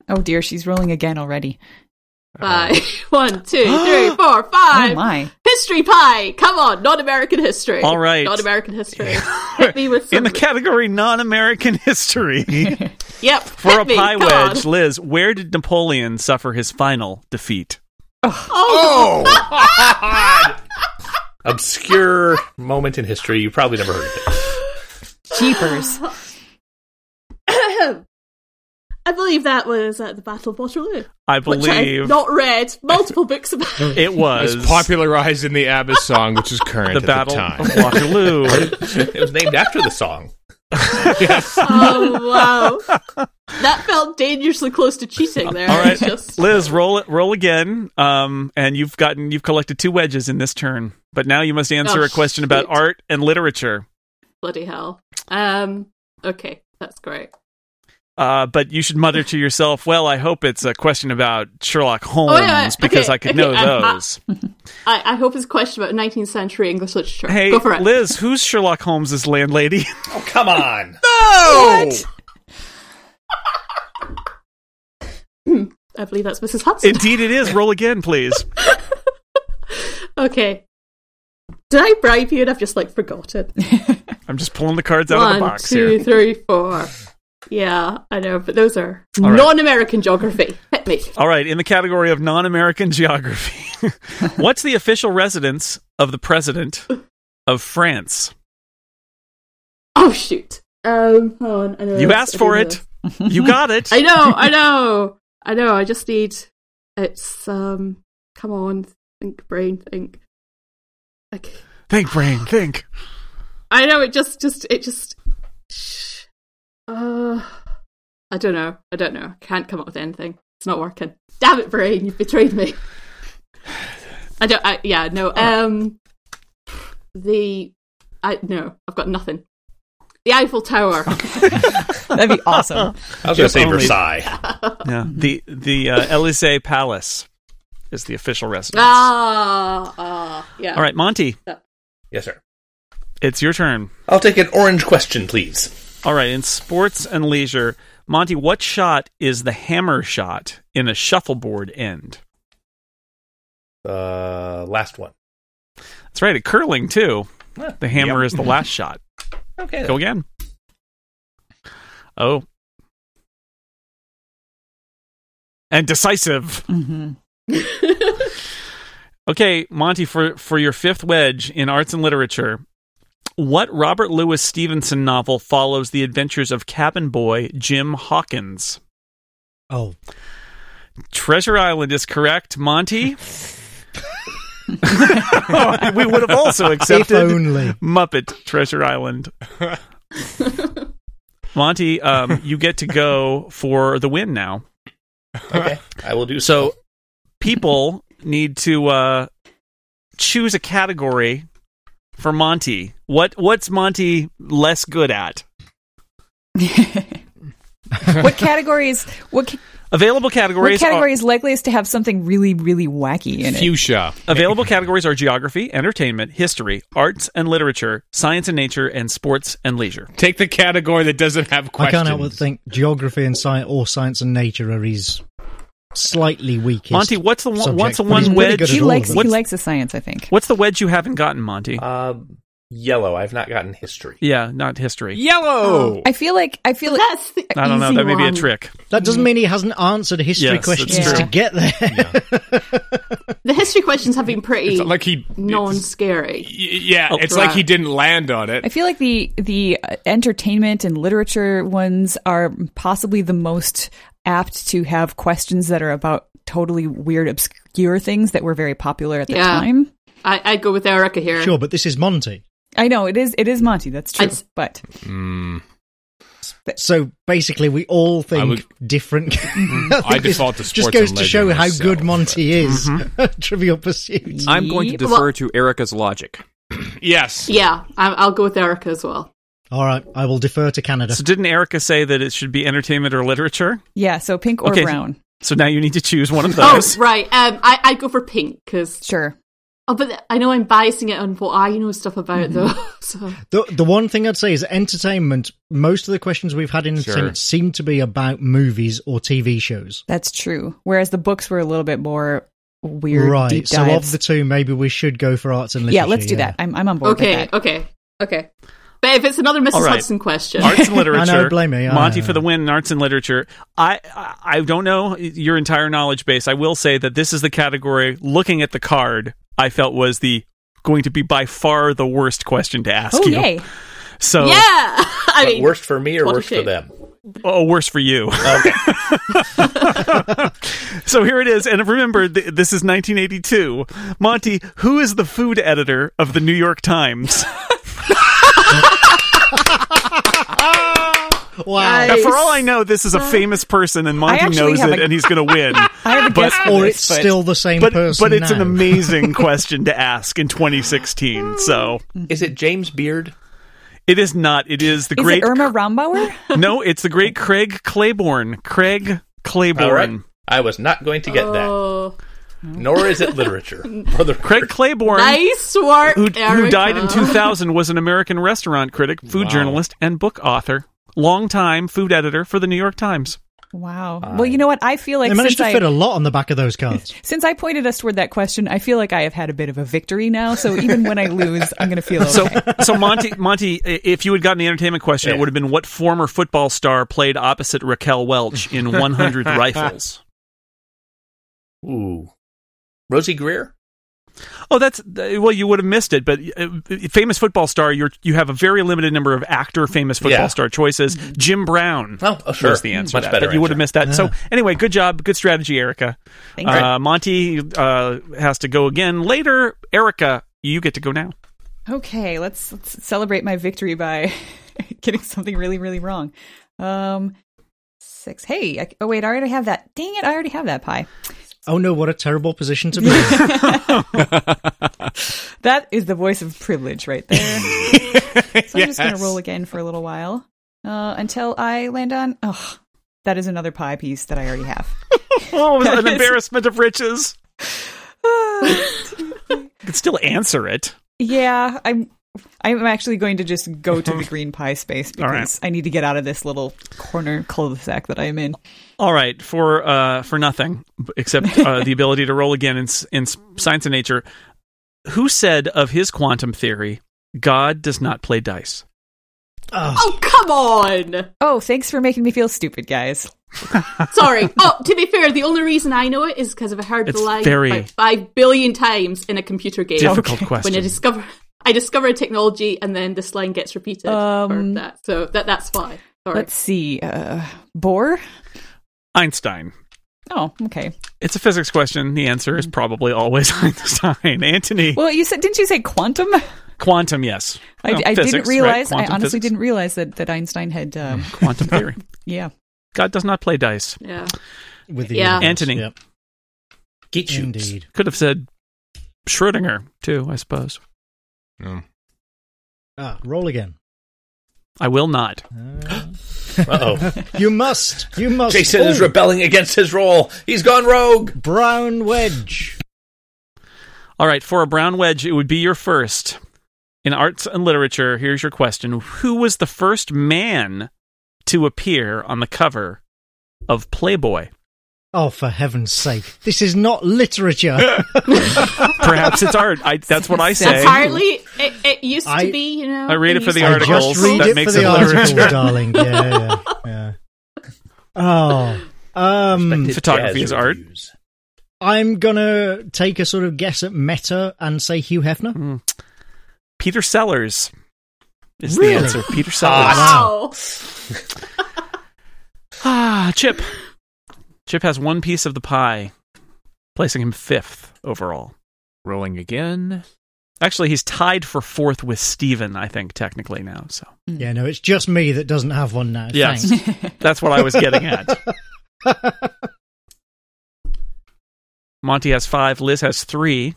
Oh dear, she's rolling again already.
Uh-huh.
Bye. One, two, three, four,
Oh
five.
my.
History pie. Come on, non-American history.
All right.
non-American history. Hit me with
In the
something.
category non-American history.
Yep.
For
hit
a
me.
pie
Come on.
wedge, Liz, where did Napoleon suffer his final defeat?
Oh,
Obscure moment in history. You probably never heard of it.
Jeepers.
I believe that was at the Battle of Waterloo.
I
which I've
believe
not read multiple books about. it.
it was
It's popularized in the Abbas song, which is current
the
at
Battle
the time.
of Waterloo.
It was named after the song.
Oh wow, that felt dangerously close to cheating there.
All right,
It's just-
Liz, roll it, roll again. Um, and you've gotten you've collected two wedges in this turn, but now you must answer
Oh,
a question about
shoot.
art and literature.
bloody hell. Um, okay, that's great.
Uh, but you should mutter to yourself, "Well, I hope it's a question about Sherlock Holmes
Oh, yeah, yeah.
because
Okay,
I could know
okay, I'm hot.
those."
I, I hope it's a question about 19th century English literature.
Hey,
Go for it.
Liz, who's Sherlock Holmes' landlady?
Oh, come on.
I believe that's Mrs. Hudson.
Indeed, it is. Roll again, please.
Okay. Did I bribe you? And I've just like forgotten.
I'm just pulling the cards out of the
One,
box here.
two, three, four. Yeah, I know, but those are
right.
non-American geography. Hit me.
All right, in the category of non American geography, what's the official residence of the president of France?
Oh shoot. Um, hold on. I know
You
this.
asked
I do
for
know
it.
this.
You got it.
I know. I know. I know. I just need. It's um. Come on, think brain, think. Okay.
Think, brain, think.
I know. It just, just, it just. Shh. Uh. I don't know. I don't know. I can't come up with anything. It's not working. Damn it, brain! You've betrayed me. I don't. I, yeah, no.
Oh.
Um, the I no. I've got nothing. The Eiffel Tower.
That'd be awesome.
I was going to say
only-
Versailles.
Yeah. The the uh, Elysee Palace is the official residence.
ah, ah, yeah.
All right, Monty,
Yes, sir.
it's your turn.
I'll take an orange question, please.
All right, in sports and leisure, Monty, what shot is the hammer shot in a shuffleboard end?
Uh, last one.
That's right, at curling too. The hammer is the last shot.
Okay.
Go again. Oh. And decisive.
Mhm.
Okay, Monty, for, for your fifth wedge in arts and literature, what Robert Louis Stevenson novel follows the adventures of cabin boy Jim Hawkins?
Oh,
Treasure Island is correct, Monty. we would have also
if
accepted
only.
Muppet Treasure Island. Monty, um, you get to go for the win now.
Okay. I will do so.
So people need to uh, choose a category for Monty. What what's Monty less good at?
what category is what, ca-
Available
what
categories
category is likeliest to have something really really wacky in it?
Fuchsia.
are available categories are geography, entertainment, history, arts and literature, science and nature, and sports and leisure.
Take the category that doesn't have
I
questions.
can't help but think geography and science or science and nature are his slightly weakest.
Monty, what's the one,
subject,
what's the
but
one
he's pretty
wedge?
good at
He
all of
likes
them.
he
What's-
likes the science, I think.
What's the wedge you haven't gotten, Monty?
Uh, yellow. I've not gotten history.
yeah, not history.
Yellow.
Oh, I feel like I feel like
That's the
I don't know.
easy
That may be a
one.
trick.
That doesn't mean he hasn't answered history
Yes, that's
questions
true.
to get there.
The history questions have been pretty
It's like he it's-
non-scary.
y- yeah, it's
right.
like he didn't land on
I
it.
feel like the the uh, entertainment and literature ones are possibly the most apt to have questions that are about totally weird, obscure things that were very popular at the
Yeah.
time.
I, I go with Erica here.
sure, but this is Monty.
I know it is it is Monty. That's true,
It's-
but
Mm,
So basically, we all think different.
Mm-hmm.
I,
I default to
just
sports
goes
and
to
leisure
show how
myself,
good Monty is.
Mm-hmm.
Trivial Pursuit.
I'm going to
Yep.
defer to Erica's logic.
Yes.
Yeah, I, I'll go with Erica as well.
All right, I will defer to Canada.
So didn't Erica say that it should be entertainment or literature?
yeah. So pink or
Okay.
brown,
So now you need to choose one of
Oh,
those.
right. Um, I I go for pink because.
sure.
Oh, but I know I'm biasing it on what I know stuff
Mm-hmm.
about though. So
The, the one thing I'd say is entertainment. Most of the questions we've had in entertainment seem to be about movies or TV shows.
That's true. Whereas the books were a little bit more weird,
right.
deep
so
dives.
of the two, maybe we should go for arts and literature.
yeah, let's do that. I'm I'm on board.
okay,
With that.
okay, okay. But if it's another Mrs.
All right.
Hudson question,
Arts and literature.
I know, blame me, I
Monty
know.
for the win in arts and literature. I, I I don't know your entire knowledge base. I will say that this is the category. Looking at the card, I felt was the going to be by far the worst question to ask
Oh
you.
yay!
So,
yeah. I
But
mean,
worst for me or
what a
worst for
shame.
them?
oh, worse for you. so here it is, and remember, th- this is 1982. Monty, who is the food editor of the New York Times?
Wow.
Now, for all I know, this is a famous person, and Monty
actually
knows
have
it,
a-
and he's going to win.
I have a
But-
guess for
or
this,
it's
but-
still the same
but
person.
but it's an
now.
amazing question to ask in 2016. So
Is it James Beard?
it is not. It is the
Is
great.
it Irma Rombauer?
no, it's the great Craig Claiborne. Craig Claiborne.
All right. I was not going to get
Oh,
that. Nor is it literature. For the
Craig Claiborne,
nice work,
who, who died in
Erica.
2000, was an American restaurant critic, food
Wow.
journalist, and book author. Longtime food editor for the New York Times.
Wow. well, you know what? I feel like
they managed
since
to
I,
fit a lot on the back of those cards.
since I pointed us toward that question, I feel like I have had a bit of a victory now. So even when I lose, I'm going to feel okay.
So, so Monty, Monty, i- if you had gotten the entertainment question, it
Yeah.
would have been what former football star played opposite Raquel Welch in 100 Rifles?
Ooh. Rosie Greer?
Oh, that's th- well. You would have missed it, but uh, famous football star. You you have a very limited number of actor famous football
Yeah.
star choices. Jim Brown
Oh, oh, sure.
was the answer.
Much
to that,
better.
But you would have
answer.
missed that. So
Yeah.
anyway, good job, good strategy, Erica.
Thank you.
Uh, Monty uh, has to go again later. Erica, you get to go now.
Okay, let's, let's celebrate my victory by getting something really, really wrong. Um, six. Hey, I, oh wait, I already have that. Dang it, I already have that pie.
Oh no, what a terrible position to be in.
That is the voice of privilege right there. so I'm just going to roll again for a little while uh, until I land on. Oh, that is another pie piece that I already have.
Oh,
That
an
is-
embarrassment of riches. You can still answer it.
yeah, I'm. I'm actually going to just go to the green pie space
All
because
right.
I need to get out of this little corner cul-de-sac that I am in.
All right, for uh, for nothing b- except uh, the ability to roll again in, s- in s- Science and Nature. Who said of his quantum theory, God does not play dice?
Oh,
Oh, come on!
Oh, thanks for making me feel stupid, guys.
Sorry. oh, to be fair, the only reason I know it is because I've heard
It's
the line
very-
about five billion times in a computer game.
Difficult question.
When I discover, I discover a technology, and then this line gets repeated.
Um,
for that. So that that's why. Sorry.
Let's see. Uh, Bohr?
Einstein.
Oh, okay.
It's a physics question. The answer
Mm.
is probably always Einstein. Anthony,
Well, you said didn't you say quantum?
quantum, yes.
I,
No,
I
physics,
didn't
right?
realize. I
Quantum
honestly
physics. Mm.
didn't realize that that Einstein had. Um,
Quantum theory.
yeah.
God does not play dice.
yeah.
with the
Yeah.
universe.
Antony.
Yep.
Get you.
Indeed.
Could have said Schrodinger too, I suppose.
No.
Ah, roll again.
I will not.
Uh oh.
You must. You must.
Jason is
Oh,
rebelling against his role. He's gone rogue.
brown wedge.
All right, for a brown wedge, it would be your first. In arts and literature, here's your question Who was the first man to appear on the cover of Playboy?
Oh, for heaven's sake! This is not literature.
Perhaps it's art. I, that's what I say.
Apparently, it, it used
I-
to be. You know.
I read it for the
used to
I
be-
articles.
just read
that
it
makes
for the
it
article,
literature.
darling. Yeah, yeah, yeah. Oh, um,
Mm, Photography
Jazz
is art.
reviews.
I'm gonna take a sort of guess at meta and say Hugh Hefner.
Hmm.
Peter Sellers is
Really?
the answer. Peter
Ah,
Sellers.
Wow.
Ah, Chip. Chip has one piece of the pie, placing him fifth overall.
Rolling again.
Actually, he's tied for fourth with Steven, I think, technically now. So
Yeah, no, it's just me that doesn't have one now.
Yes.
Thanks.
that's what I was getting at. Monty has five, Liz has three,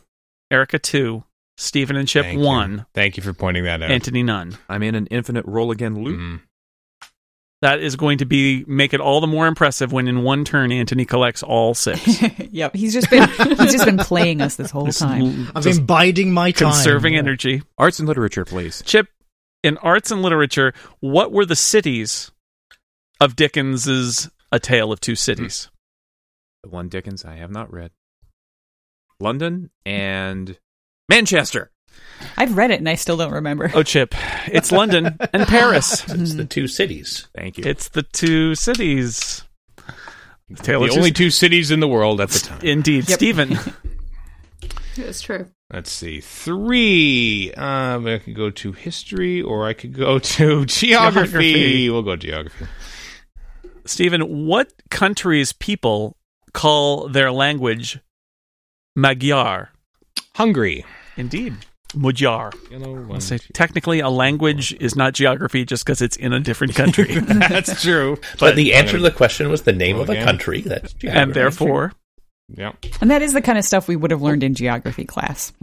Erica two, Steven and Chip
Thank you.
one,
Thank you for pointing that out.
Anthony none.
I'm in an infinite roll again loop.
Mm.
That is going to be make it all the more impressive when in one turn Anthony collects all six.
yep. He's just been he's just been playing us this whole time.
I've been biding my time,
Conserving energy.
Arts and literature, please.
Chip, in arts and literature, what were the cities of Dickens's A Tale of Two Cities?
The one Dickens I have not read. London and Manchester.
I've read it and I still don't remember.
Oh, Chip, it's London and Paris.
It's the two cities.
Thank you.
It's the two cities. The
The
Tale of
only
Two
two cities in the world at the time.
Cities. Indeed,
Yep.
Stephen.
It's true.
Let's see. Three. Um, I could go to history or I could go to geography.
Geography.
We'll go geography.
Stephen, what countries people call their language Magyar?
Hungary.
Indeed, Magyar.
You know, one,
I'll say
two-
technically, a language is not geography just because it's in a different country,
That's true.
But, the answer to the question was the name
Roll
of a
again.
country. That's
and therefore,
Yeah,
And that is the kind of stuff we would have learned in geography class.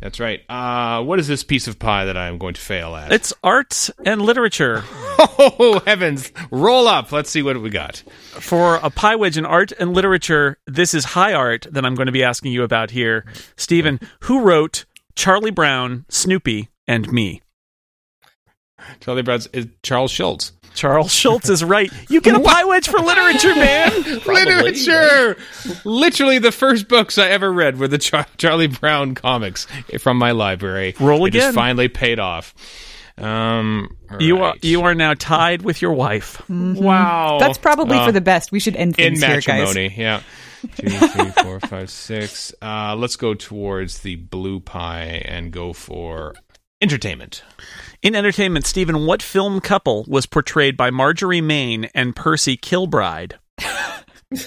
that's right. Uh, what is this piece of pie that I'm going to fail at?
it's arts and literature.
oh, heavens. Roll up. Let's see what we got.
for a pie wedge in art and literature, this is high art that I'm going to be asking you about here. Stephen, who wrote Charlie Brown, Snoopy, and me?
Charlie Brown's is Charles Schultz.
Charles Schultz is right. You get a pie wedge for literature, man.
Probably.
Literature! Literally, the first books I ever read were the Char- Charlie Brown comics from my library.
Roll
It
again.
just finally paid off. Um,
You are you are now tied with your wife. Oh.
Wow.
Mm-hmm. That's probably
Uh,
for the best. We should end
in
things here, guys.
matrimony. Yeah. Two, three, four, five, six. Uh, let's go towards the blue pie and go for entertainment.
In entertainment, Stephen, what film couple was portrayed by Marjorie Main and Percy Kilbride?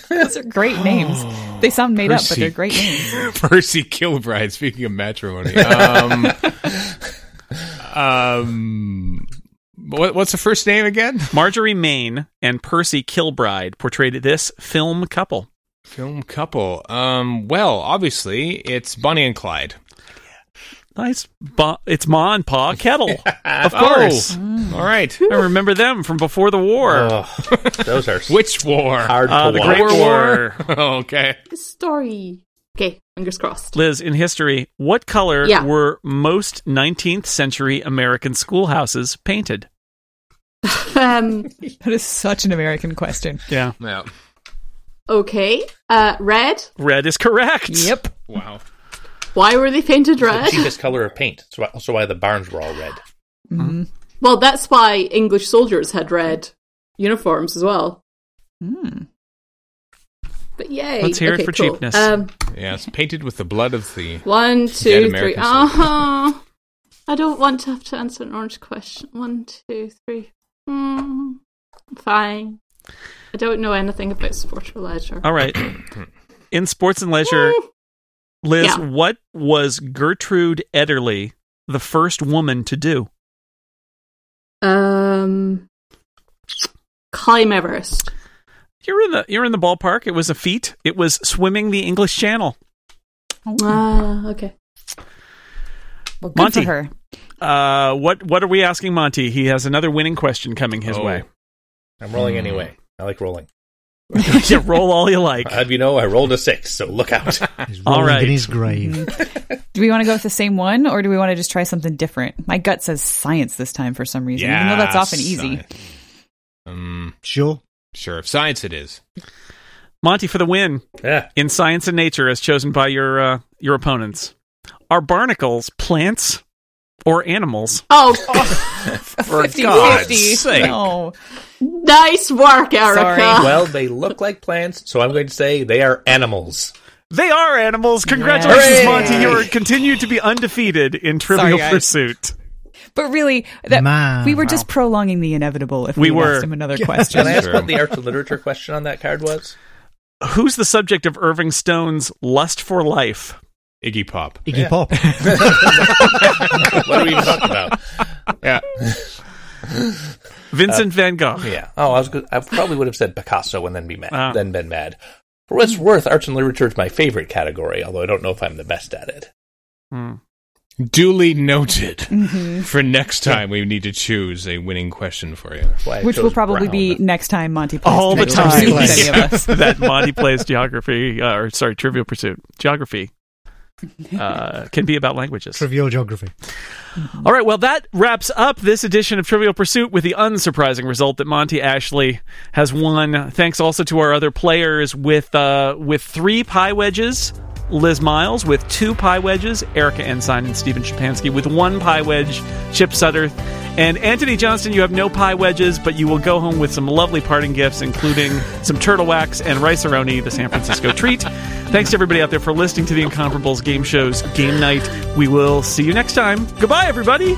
Those are great names. They sound made up, but they're great names.
Percy Kilbride. Speaking of matrimony, um, um, What, what's the first name again?
Marjorie Main and Percy Kilbride portrayed this film couple.
Film couple. Um, well, obviously it's Bonnie and Clyde.
Nice. Ba- it's Ma and Pa Kettle. of
Oh.
course.
All right.
I remember them from before the war.
Oh. Ugh, those are
Which war?
hard to
Uh, the
watch.
Great
War,
War.
okay.
Story. Okay, fingers crossed.
Liz, in history, what color
Yeah.
were most 19th century American schoolhouses painted?
Um,
That is such an American question.
Yeah.
Yeah.
okay, uh, red.
Red is correct.
Yep.
Wow.
Why were they painted
It's
red?
the cheapest color of paint. That's why- also why the barns were all red.
Well, that's why English soldiers had red uniforms as well.
Mm.
But yay!
Let's hear it
Okay,
for
cool.
cheapness.
Um,
Yeah, it's painted with the blood of the.
one, two, three.
American soldier.
Uh-huh. I don't want to have to answer an orange question. One, two, three. Hmm. Fine. I don't know anything about sport or leisure.
All right. In sports and leisure, Liz,
Yeah.
what was Gertrude Ederle the first woman to do?
Um, climb Everest.
You're in the you're in the ballpark. It was a feat. It was swimming the English Channel.
Ah, okay.
Well, good
Monty.
for her.
Uh, what what are we asking Monty? He has another winning question coming his
Oh.
way.
I'm rolling
Hmm.
anyway. I like rolling.
yeah, roll all you like.
How do you know I rolled a six? So look out.
He's
All
rolling
right.
in his grave.
Do we want to go with the same one, or do we want to just try something different? My gut says science this time for some reason, even though that's often easy.
science. Um,
Sure.
sure. If science it is.
Monty for the win
yeah.
in science and nature, as chosen by your uh, your opponents. Are barnacles plants or animals?
Oh,
For
50
God's
50.
sake.
No.
nice work, Erica.
Sorry.
Well, they look like plants, so I'm going to say they are animals.
They are animals. Congratulations,
Hooray!
Monty! You are continued to be undefeated in Trivial
Sorry, guys.
Pursuit.
But really, that,
Man.
we were just prolonging the inevitable if
We
we,
were.
asked him another
Can I
question.
ask
Sure.
what the arts and literature question on that card was?
Who's the subject of Irving Stone's "Lust for Life"?
Iggy Pop.
Iggy Pop.
What are we even talking about?
Yeah.
Uh,
Vincent Van Gogh.
Yeah. Oh, I was. Good. I probably would have said Picasso and then be mad.
Uh-huh.
Ah.
Then been mad. For what it's worth, arts and literature is my favorite category, although I don't know if I'm the best at it.
Hmm.
Duly noted.
Mhm.
For next time, we need to choose a winning question for you.
That's why I
Which
chose
will probably be
brown.
next time Monty plays
all the
Trivial
time
Pursuit with any of
Yeah.
us.
that Monty plays geography, uh, or sorry, Trivial Pursuit. Geography uh, can be about languages.
Trivial geography.
All right, well, that wraps up this edition of Trivial Pursuit with the unsurprising result that Monty Ashley has won. Thanks also to our other players with uh, with three pie wedges. Liz Miles with two pie wedges, Erica Ensign and Stephen Shapansky with one pie wedge, Chip Sutter, and Anthony Johnston. You have no pie wedges, but you will go home with some lovely parting gifts, including some turtle wax and rice aroni, the San Francisco treat. Thanks to everybody out there for listening to the Incomparables game shows game night. We will see you next time. Goodbye, everybody.